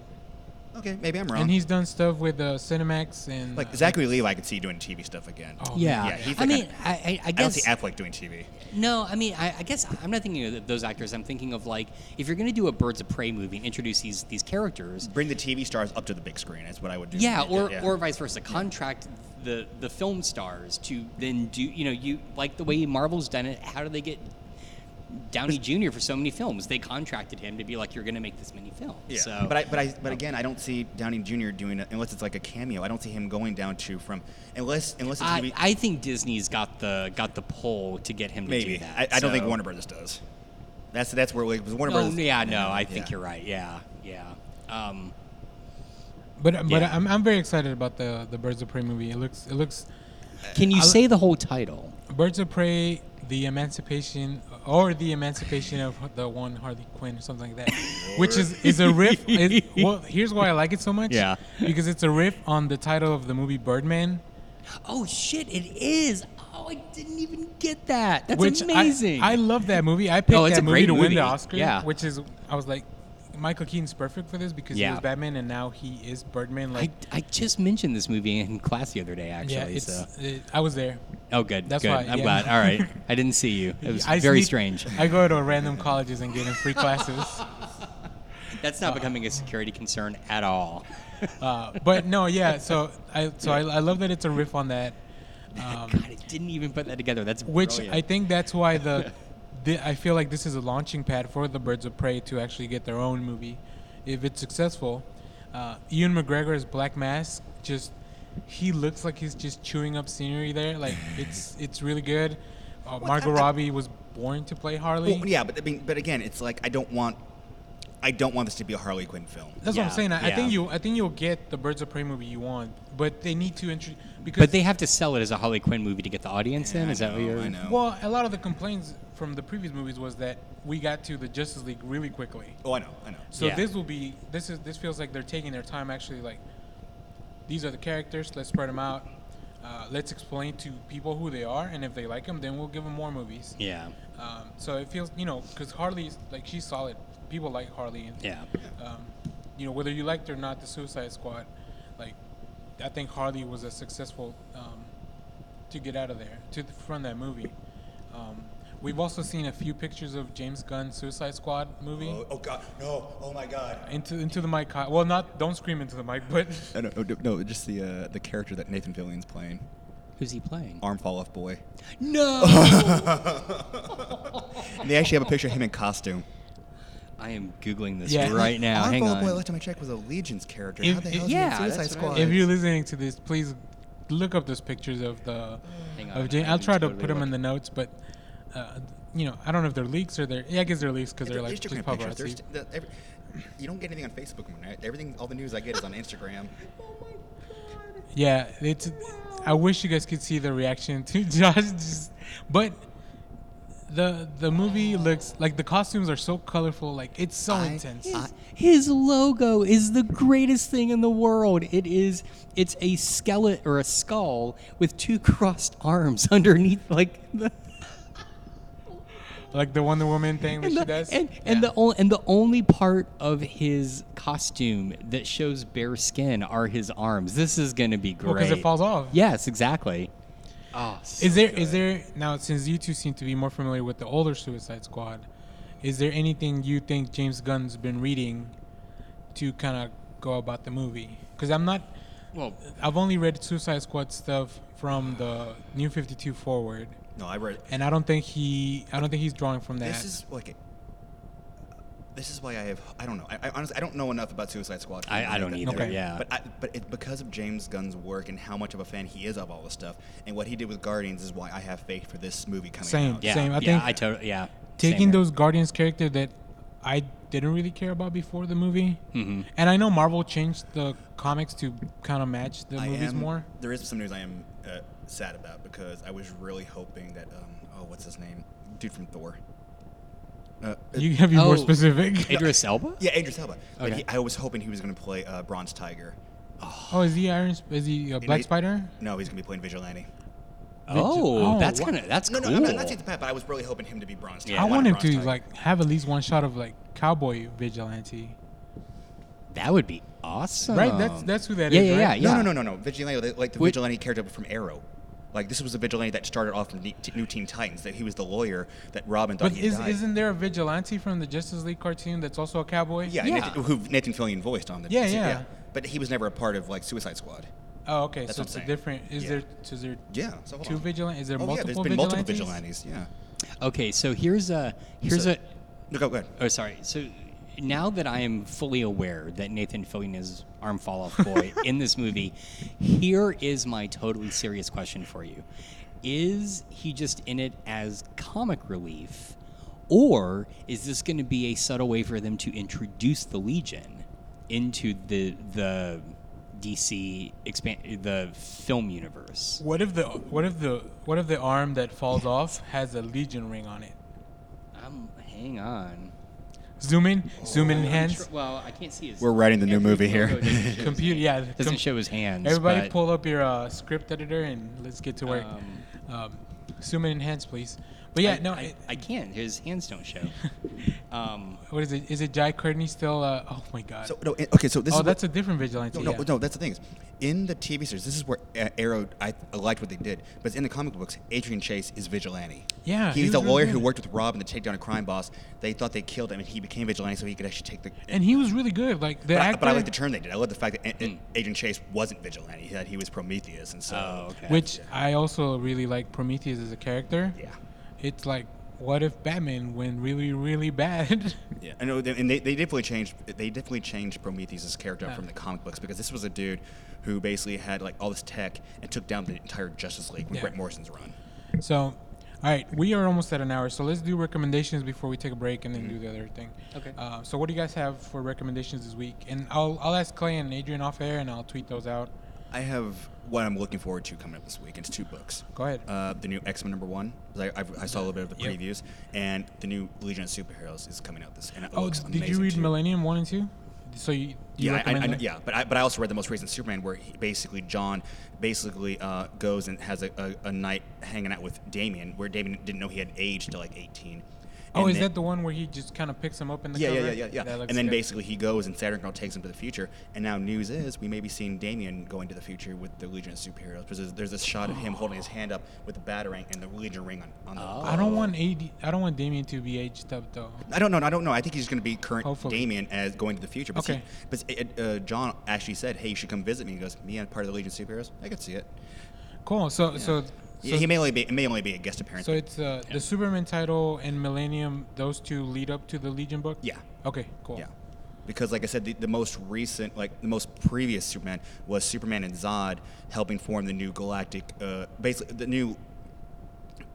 E: Okay, maybe I'm wrong.
C: and he's done stuff with uh, Cinemax and
E: Uh-huh. like
C: uh,
E: Zachary Levi, I could see doing TV stuff again.
C: Oh,
D: Yeah.
E: Yeah, he's
D: I
E: the
D: mean,
E: kind
D: I, I, I
E: I don't see
D: guess.
E: Affleck doing TV.
D: no, I mean, I, I guess I'm not thinking of those actors. I'm thinking of like if you're going to do a Birds of Prey movie and introduce these these characters.
E: Bring the TV stars up to the big screen. That's what I would do.
D: Yeah, or or vice versa. Contract the the film stars to then do you know you like the way Marvel's done it. How do they get Downey Jr. for so many films? They contracted him to be like you're going to make this many films.
E: Yeah.
D: So, Oh.
E: But I, but I, but again, I don't see Downey Jr. doing it unless it's like a cameo. I don't see him going down to from unless unless it's
D: I,
E: TV,
D: I think Disney's got the got the pull to get him to
E: maybe.
D: do that.
E: I, I don't think
D: so-
E: Warner Brothers does. That's that's where like, 'cause Warner
D: Oh
E: Brothers.
D: yeah, no, I think
E: yeah.
D: you're right. Yeah, yeah. Um,
C: uh, But but
D: Yeah.
C: I'm, I'm very excited about the the Birds of Prey movie. It looks it looks
E: Uh,
D: can you
C: I'll-
D: say the whole title?
C: Birds of Prey, the Emancipation or the Emancipation of the one Harley Quinn or something like that, which is is a riff. Is, well, here's why I like it so much.
D: Yeah.
C: because it's a riff on the title of the movie Birdman,
D: Oh shit! It is. Oh, I didn't even get that. That's
C: which I-
D: amazing.
C: I, love that movie. I picked
D: Oh, it's
C: that
D: a
C: movie
D: great
C: to win
D: movie.
C: the Oscar.
D: Yeah.
C: which is I was like, Michael Keaton's perfect for this because he
D: Yeah.
C: was Batman and now he is Birdman.
D: I,
C: Like,
D: I just mentioned this movie in class the other day, actually.
C: yeah, it's
D: so.
C: it, I was there.
D: Oh, good.
C: that's
D: good.
C: why,
D: I'm
C: yeah.
D: glad. All right. I didn't see you. It was
C: I
D: very
C: sneak-
D: strange.
C: I go to random colleges and get in free classes.
D: That's not becoming a security concern at all.
C: Uh, but no, yeah. So I so I, I love that it's a riff on that, um,
D: God, I didn't even put that together. That's
C: which I
D: brilliant.
C: think that's why the, the I feel like this is a launching pad for the Birds of Prey to actually get their own movie, if it's successful. Uh, Ewan McGregor's Black Mask just he looks like he's just chewing up scenery there. Like it's it's really good. Uh, Margot Robbie was born to play Harley.
E: Well, yeah, but I mean, but again, it's like I don't want, I don't want this to be a Harley Quinn film.
C: That's what
D: Yeah,
C: I'm saying. I, I
D: yeah.
C: think you I think you'll get the Birds of Prey movie you want, but they need to introduce because
D: But they have to sell it as a Harley Quinn movie to get the audience in.
E: I
D: Is that
E: know,
D: what you're?
E: I know.
C: Well, a lot of the complaints from the previous movies was that we got to the Justice League really quickly.
E: oh, I know, I know.
C: So
D: Yeah.
C: this will be this is this feels like they're taking their time actually like these are the characters, let's spread them out. Uh, let's explain to people who they are and if they like them then we'll give them more movies.
D: Yeah.
C: Um, so it feels, you know, cuz Harley's like she's solid. People like Harley and
D: Yeah.
C: um, you know, whether you liked it or not, the Suicide Squad, like, I think Harley was a successful um, to get out of there to from that movie. Um, we've also seen a few pictures of James Gunn's Suicide Squad movie.
E: Oh, oh God, no! Oh my God!
C: Into into the mic, Kyle. well, not don't scream into the mic, but
E: No, no, no, oh, no just the uh, the character that Nathan Fillion's playing,
D: Who's he playing?
E: arm fall off boy.
D: No.
E: And they actually have a picture of him in costume.
D: I am googling this
C: Yeah.
D: right now.
E: Arm
D: Hang
E: fall
D: on.
E: off boy. Last time I checked was a Legion's character.
C: If-
E: How the
C: if-
E: hell
D: yeah,
E: is he in Suicide
D: that's what I-
E: Squad?
C: if you're listening to this, please look up those pictures of the
D: Hang on,
C: of James.
D: I
C: I'll
D: can
C: try to
D: totally
C: put them in
D: look.
C: the notes, but. Uh, you know, I don't know if they're leaks or they're. Yeah, I guess they're leaks because
E: They're
C: they're like just
E: Instagram pictures. They're
C: paparazzi.
E: st- the- every- you don't get anything on Facebook anymore. right? Everything, all the news I get is on Instagram.
C: Yeah, it's. I wish you guys could see the reaction to Josh, just, but the the movie looks like the costumes are so colorful. Like it's so
E: I-
C: intense.
E: I-
D: His logo is the greatest thing in the world. It is it's a skeleton or a skull with two crossed arms underneath like the
C: like the Wonder Woman thing that
D: and
C: she
D: the,
C: does.
D: and, and
C: Yeah.
D: the only and the only part of his costume that shows bare skin are his arms. This is going to be great.
C: Well, 'cause it falls Ah, off.
D: Yes, exactly. Oh,
C: Is there is there now since you two seem to be more familiar with the older Suicide Squad, is there anything you think James Gunn's been reading to kind of go about the movie? Because I'm not.
D: well,
C: I've only read Suicide Squad stuff from the New 52 forward.
E: No, I read.
C: and I don't think he I don't think he's drawing from that.
E: This is like. This is why I have. I don't know. I, I honestly, I don't know enough about Suicide Squad.
D: I, I don't
E: Like,
D: either.
C: Okay.
D: Yeah.
E: But I, but it, because of James Gunn's work and how much of a fan he is of all this stuff, and what he did with Guardians is why I have faith for this movie coming
C: Same.
E: out.
D: yeah.
C: same, I
D: yeah,
C: think
D: I totally yeah.
C: Taking
D: Same here.
C: those Guardians character that I didn't really care about before the movie. Mm-hmm. And I know Marvel changed the comics to kind of match the
E: I
C: movies
E: am,
C: more.
E: There is some news I am uh, sad about because I was really hoping that um oh what's his name dude from Thor. Uh,
C: You have to be more
D: Oh.
C: specific.
D: Idris Elba?
E: yeah, Idris Elba. Like,
D: Okay.
E: he- I was hoping he was going to play uh, Bronze Tiger.
C: Oh, is he Iron? Sp- Is he uh, Black
E: he-
C: Spider?
E: No, he's going to be playing Vigilante.
D: Oh,
C: Oh,
D: that's
C: wha-
D: kind of that's
E: No,
D: cool.
E: no, I'm not, not saying it's bad, but I was really hoping him to be Bronze Tiger.
D: Yeah.
C: I want him
E: Bronze
C: to
E: Tiger.
C: like have at least one shot of like cowboy vigilante.
D: that would be awesome.
C: Right, that's-
E: Um,
C: that's who that
D: that is.
C: is,
D: yeah,
C: right?
D: Yeah, yeah,
E: No, no, no, no, no. Vigilante, like the
D: Wait.
E: vigilante character from Arrow. Like this was the vigilante that started off from Ne- T- New Teen Titans. That he was the lawyer that Robin thought
C: But
E: he had
C: is,
E: died.
C: isn't there a vigilante from the Justice League cartoon that's also a cowboy?
E: yeah,
D: Yeah.
E: Nathan, who Nathan Fillion voiced on the
C: Yeah, yeah.
E: But he was never a part of like Suicide Squad.
C: Oh, okay.
E: That's
C: so
E: what
C: it's
E: I'm
C: a
E: saying.
C: different. Is
E: Yeah.
C: there? So is there
E: Yeah, so hold
C: two
E: on.
C: vigilantes? Is there
E: Oh yeah,
C: multiple
E: there's been multiple vigilantes. Yeah.
D: Okay, so here's a here's
E: So-
D: a
E: No, go, go ahead.
D: oh sorry. So now that I am fully aware that Nathan Fillion is Arm Fall Off Boy in this movie, here is my totally serious question for you: Is he just in it as comic relief, or is this going to be a subtle way for them to introduce the Legion into the the DC expand the film universe?
C: What if the what if the what if the arm that falls off has a Legion ring on it?
D: Um, hang on.
C: Zoom in, zoom in,
D: I'm
C: hands,
D: sure- well, I can't see his.
E: We're writing the new
D: every
E: movie
D: logo
E: here.
D: doesn't show his
C: computer.
D: hand.
C: Yeah,
D: Doesn't
C: com-
D: show his hands.
C: Everybody,
D: but-
C: pull up your uh, script editor and let's get to work. Um, zoom in, and hands, please. But yeah,
D: I,
C: no.
D: I,
C: it-
D: I can. His hands don't show. um,
C: what is it? Is it Jai Courtney still? Uh, oh my God.
E: So no, and- okay, so this
C: oh,
E: is
C: that's
E: what,
C: a different vigilante.
E: no, no,
C: yeah.
E: no, that's the thing. Is, in the TV series, this is where uh, Arrow. I, I liked what they did, but in the comic books, Adrian Chase is vigilante.
C: Yeah,
E: he's
C: he
E: the
C: was really
E: lawyer
C: good.
E: who worked with Robin to take down a crime boss. They thought they killed him, and he became vigilante so he could actually take the.
C: And he was really good. Like the
E: but, I,
C: actor, Hmm.
E: but I like the turn they did. I love the fact that A- A- Adrian Chase wasn't vigilante; that he was Prometheus, and so
D: oh, okay.
C: which I also really like Prometheus as a character.
E: yeah,
C: It's like, what if Batman went really, really bad?
E: yeah. I know, they- and they, they definitely changed. They definitely changed Prometheus' character from the comic books because this was a dude who basically had like all this tech and took down the entire Justice League when
C: Yeah.
E: Brett Morrison's run.
C: so, all right, we are almost at an hour. So let's do recommendations before we take a break and then do the other thing.
D: Okay.
C: Uh, so what do you guys have for recommendations this week? And I'll I'll ask Clay and Adrian off air, and I'll tweet those out.
E: I have what I'm looking forward to coming up this week. It's two books.
C: Go ahead.
E: Uh, the new X Men number one. 'cause I, I've- I saw a little bit of the
C: Yep.
E: previews, and the new Legion of Superheroes is coming out this. And it
C: oh,
E: looks
C: did you
E: amazing,
C: read
E: too.
C: Millennium One and Two? So you,
E: Yeah,
C: you
E: I, I,
C: recommend
E: I-
C: that?
E: yeah, but I, but I also read the most recent Superman where he basically John basically uh, goes and has a, a, a night hanging out with Damien, where Damien didn't know he had aged till like 18.
C: Oh,
E: And
C: is
E: then-
C: that the one where he just kind of picks him up in the
E: yeah, yeah,
C: cover?
E: yeah, yeah, yeah.
C: That looks
E: And then
C: good.
E: basically he goes, and Saturn Girl takes him to the future. And now news is we may be seeing Damien going to the future with the Legion of Superheroes because there's, there's this shot of him holding his hand up with the batarang and the Legion ring on. on the,
C: Oh. I
E: Oh.
C: don't want AD, I don't want Damien to be aged up though.
E: I don't know. I don't know. I think he's going to be current
C: Hopefully.
E: Damien as going to the future. But,
C: Okay.
E: he- but it, uh, John actually said, "Hey, you should come visit me." He goes, "Me and part of the Legion of Superheroes. I could see it."
C: Cool. So so so,
E: Yeah, he may only be it may only be a guest appearance.
C: so it's uh, the Superman title and Millennium. Those two lead up to the Legion book.
E: yeah,
C: Okay. Cool.
E: yeah, because like I said, the, the most recent, like the most previous Superman was Superman and Zod helping form the new galactic, uh, basically the new.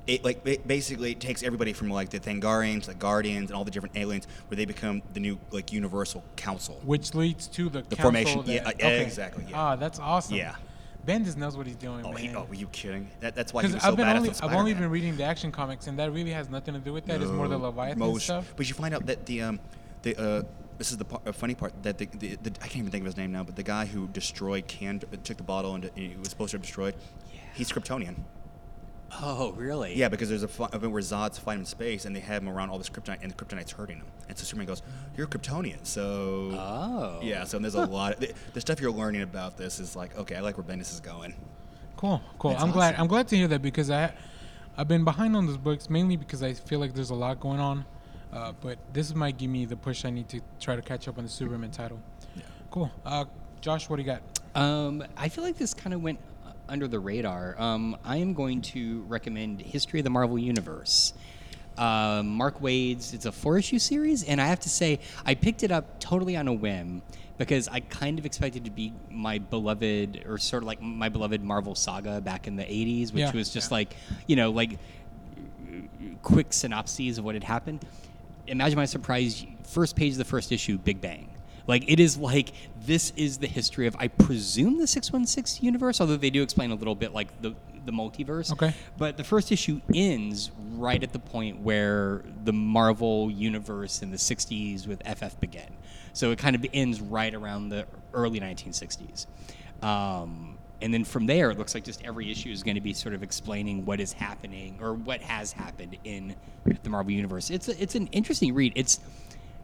E: It like ba- basically it takes everybody from like the Thangarans, the Guardians, and all the different aliens, where they become the new like Universal Council.
C: Which leads to the, council
E: formation,
C: that-
E: yeah, uh,
C: okay.
E: exactly, yeah.
C: Ah, that's awesome.
E: Yeah.
C: Bendis knows what he's doing,
E: Oh,
C: man.
E: he, oh, were you kidding? That, that's why he
C: Because
E: was so
C: I've been
E: badass
C: only
E: on
C: I've only been
E: Spider-Man.
C: reading the action comics, and that really has nothing to do with that. It's more the
E: No,
C: Leviathan
E: most-
C: stuff.
E: But you find out that the um, the uh, this is the par- uh, funny part that the, the, the I can't even think of his name now, but the guy who destroyed can took the bottle and uh, he was supposed to have destroyed. He's Kryptonian.
D: oh, really?
E: Yeah, because there's a fi- event where Zod's fighting in space and they have him around all this kryptonite and the kryptonite's hurting him. And so Superman goes, "You're Kryptonian." So
D: Oh.
E: yeah, so there's a lot. the, the stuff you're learning about this is like, okay, I like where Bendis is going.
C: Cool, cool.
E: That's
C: I'm glad.
E: awesome.
C: I'm glad to hear that because I, I've been behind on those books mainly because I feel like there's a lot going on, uh, but this might give me the push I need to try to catch up on the Superman title. Cool. Uh, Josh, what do you got?
D: Um, I feel like this kind of went uh, under the radar. Um, I am going to recommend History of the Marvel Universe. Um Mark Wade's. It's a four-issue series, and I have to say, I picked it up totally on a whim because I kind of expected to be my beloved, or sort of like my beloved Marvel saga back in the '80s, which
C: Yeah,
D: was just
C: yeah.
D: like, you know, like quick synopses of what had happened. imagine my surprise first page of the first issue big bang like it is like this is the history of i presume the 616 universe although they do explain a little bit like the the multiverse
C: Okay.
D: but the first issue ends right at the point where the marvel universe in the 60s with ff began so it kind of ends right around the early 1960s um, and then from there it looks like just every issue is going to be sort of explaining what is happening or what has happened in the marvel universe it's a, it's an interesting read it's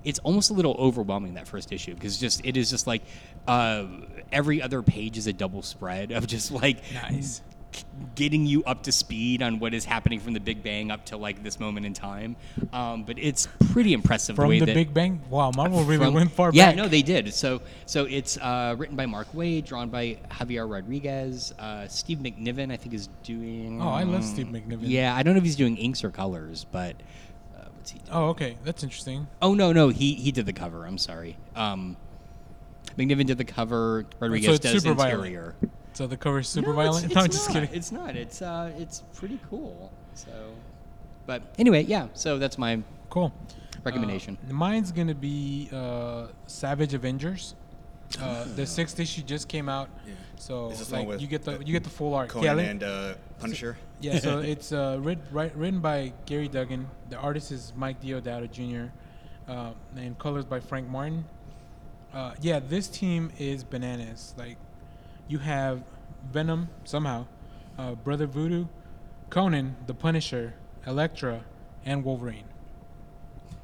D: it's almost a little overwhelming that first issue because just it is just like uh, every other page is a double spread of just like
C: Nice.
D: k- getting you up to speed on what is happening from the Big Bang up to like this moment in time. Um, but it's pretty impressive
C: From
D: way
C: the
D: that
C: Big Bang. Wow, Marvel really
D: from-
C: went far
D: yeah,
C: back.
D: no, they did. So, so it's uh, written by Mark Wade, drawn by Javier Rodriguez. Uh, Steve McNiven, I think, is doing.
C: Oh, I love Steve McNiven.
D: Yeah, I don't know if he's doing inks or colors, but uh, what's he? Doing?
C: Oh, okay, that's interesting.
D: Oh no, no, he he did the cover. I'm sorry. Um, McNiven did the cover. Rodriguez
C: it's
D: does
C: super violent.
D: interior.
C: So the cover's super
D: no,
C: violent.
D: It's,
C: no, I'm
D: it's
C: just
D: not.
C: kidding.
D: It's not. It's uh, it's pretty cool. So, but anyway, yeah. So that's my
C: Cool.
D: recommendation.
C: Uh, mine's gonna be uh, Savage Avengers. Uh, the sixth issue just came out, so
E: Is this Ah. the one
C: like
E: with
C: you get the
E: the-
C: you get the full art.
E: Conan
C: Yeah, let-
E: and uh, Punisher.
C: Yeah, so it's uh, writ, write, written by Gary Duggan. The artist is Mike Diodato Jr. Uh, and colors by Frank Martin. Uh, yeah, this team is bananas. Like, you have Venom somehow, uh, Brother Voodoo, Conan, The Punisher, Elektra, and Wolverine.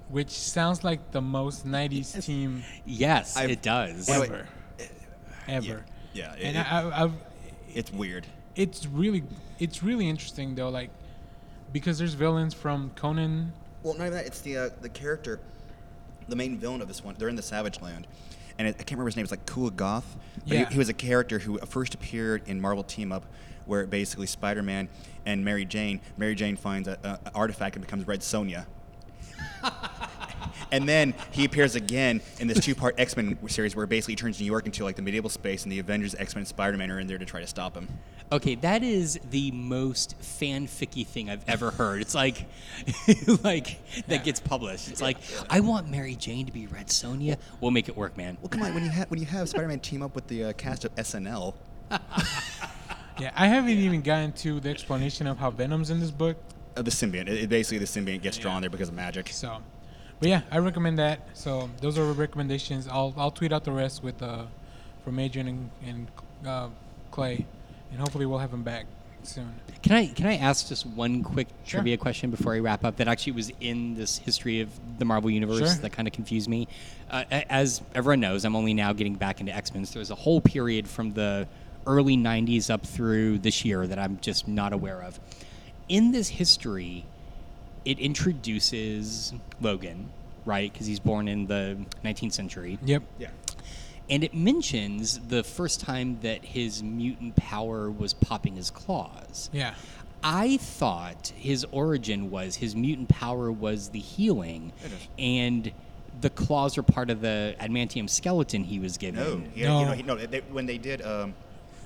C: Which sounds like the most '90s team
D: yes,
E: I've-
D: it does.
E: Wait, wait.
C: ever, ever.
E: Yeah, it-
C: and
E: it-
C: I, I, I've
E: it's weird.
C: it's really it's really interesting though like because there's villains from conan
E: Well, not even that. It's the uh, the character, the main villain of this one. They're in the Savage Land, and it, I can't remember his name. It's like Kula Goth. But
C: Yeah.
E: he, he was a character who first appeared in Marvel Team Up, where basically Spider-Man and Mary Jane. Mary Jane finds a, a, an artifact and becomes Red Sonia. And then he appears again in this two-part X-Men series, where basically he turns New York into like the medieval space, and the Avengers, X-Men, and Spider-Man are in there to try to stop him.
D: Okay, that is the most fanficky thing I've ever heard. It's like, like that gets published. It's like, I want Mary Jane to be Red Sonia. We'll make it work, man.
E: Well, come on, when you have when you have Spider-Man team up with the uh, cast of SNL,
C: yeah i haven't even gotten to the explanation of how venom's in this book
E: uh, the symbiote, it, it basically the symbiote gets drawn there because of magic.
C: so but yeah i recommend that so those are recommendations i'll i'll tweet out the rest with uh from adrian and, and uh, clay and hopefully we'll have him back soon
D: Can I can I ask just one quick
C: Sure.
D: trivia question before I wrap up? That actually was in this history of the Marvel universe
C: Sure.
D: that kind of confused me. Uh, a- as everyone knows, I'm only now getting back into X Men. So there's a whole period from the early '90s up through this year that I'm just not aware of. In this history, it introduces Logan, right? Because he's born in the 19th century
C: yep
E: Yeah.
D: and it mentions the first time that his mutant power was popping his claws.
C: yeah
D: I thought his origin was his mutant power was the healing, and the claws are part of the adamantium skeleton he was given.
E: No, he,
C: No.
E: You know, he, no they, when they did. Um,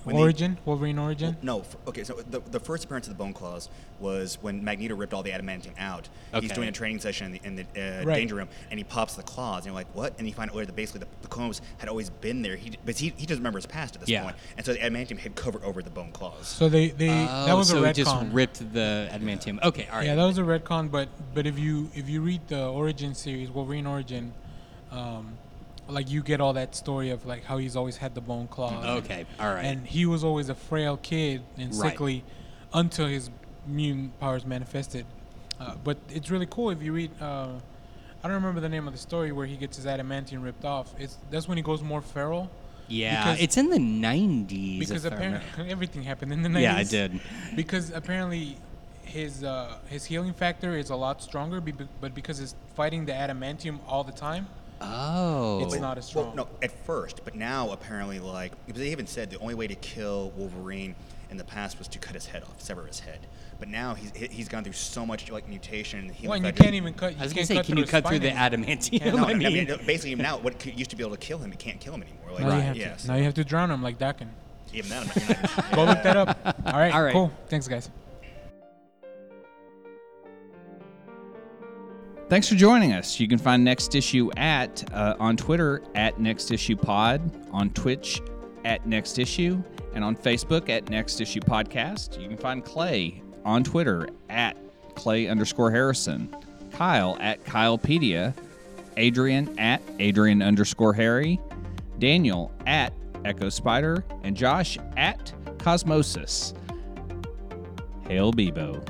E: when they-
C: origin wolverine origin
D: Oh,
E: no, f- okay, so the, the first appearance of the Bone Claws was when Magneto ripped all the adamantium out. He's
D: Okay.
E: doing a training session in the, in the uh,
C: Right.
E: danger room, and he pops the claws, and you're like, what? And you find out later that basically the, the clones had always been there, he, d- but he, he doesn't remember his past at this
D: Yeah.
E: point, and so the adamantium had covered over the Bone Claws.
C: so they they that
D: Oh,
C: was
D: so
C: a
D: it just
C: retcon.
D: ripped the adamantium. Okay, all right.
C: Yeah, that was a retcon, but but if you if you read the origin series, Wolverine origin, um, like you get all that story of like how he's always had the bone claw.
D: Okay, all right.
C: And he was always a frail kid and
D: Right.
C: sickly until his mutant powers manifested. Uh, but it's really cool if you read. Uh, I don't remember the name of the story where he gets his adamantium ripped off. It's that's when he goes more feral.
D: yeah,
C: because-
D: it's in the '90s.
C: because
D: if I remember.
C: apparently everything happened in the 90s.
D: Yeah, I did.
C: Because apparently his uh, his healing factor is a lot stronger, be- but because it's fighting the adamantium all the time,
D: Oh,
C: it's not as strong.
E: Well, no, at first, but now apparently, like because they even said the only way to kill Wolverine in the past was to cut his head off, sever his head. But now he's he- he's gone through so much like mutation. And healing
C: Well, and you
E: factor-
C: can't even cut. You
D: I was gonna
C: can't
D: say,
C: cut
D: can you
C: his
D: cut through
C: spine
D: the
C: anymore.
D: adamantium?
E: No, no, no,
D: I
E: I
D: mean-
E: mean, no, basically now what could, used to be able to kill him, it can't kill him anymore. Like,
C: Now, you
E: right.
C: have
E: Yes.
C: to, now you have to drown him like Dakin.
E: Even that, I'm not- you're not-
C: Go look that up. All right,
D: All right.
C: cool. Thanks, guys.
A: Thanks for joining us. You can find Next Issue at uh, on Twitter at Next Issue Pod, on Twitch at Next Issue, and on Facebook at Next Issue Podcast. You can find Clay on Twitter at Clay underscore Harrison, Kyle at Kylepedia, Adrian at Adrian underscore Harry, Daniel at Echo Spider, and Josh at Cosmosis. Hail Bebo.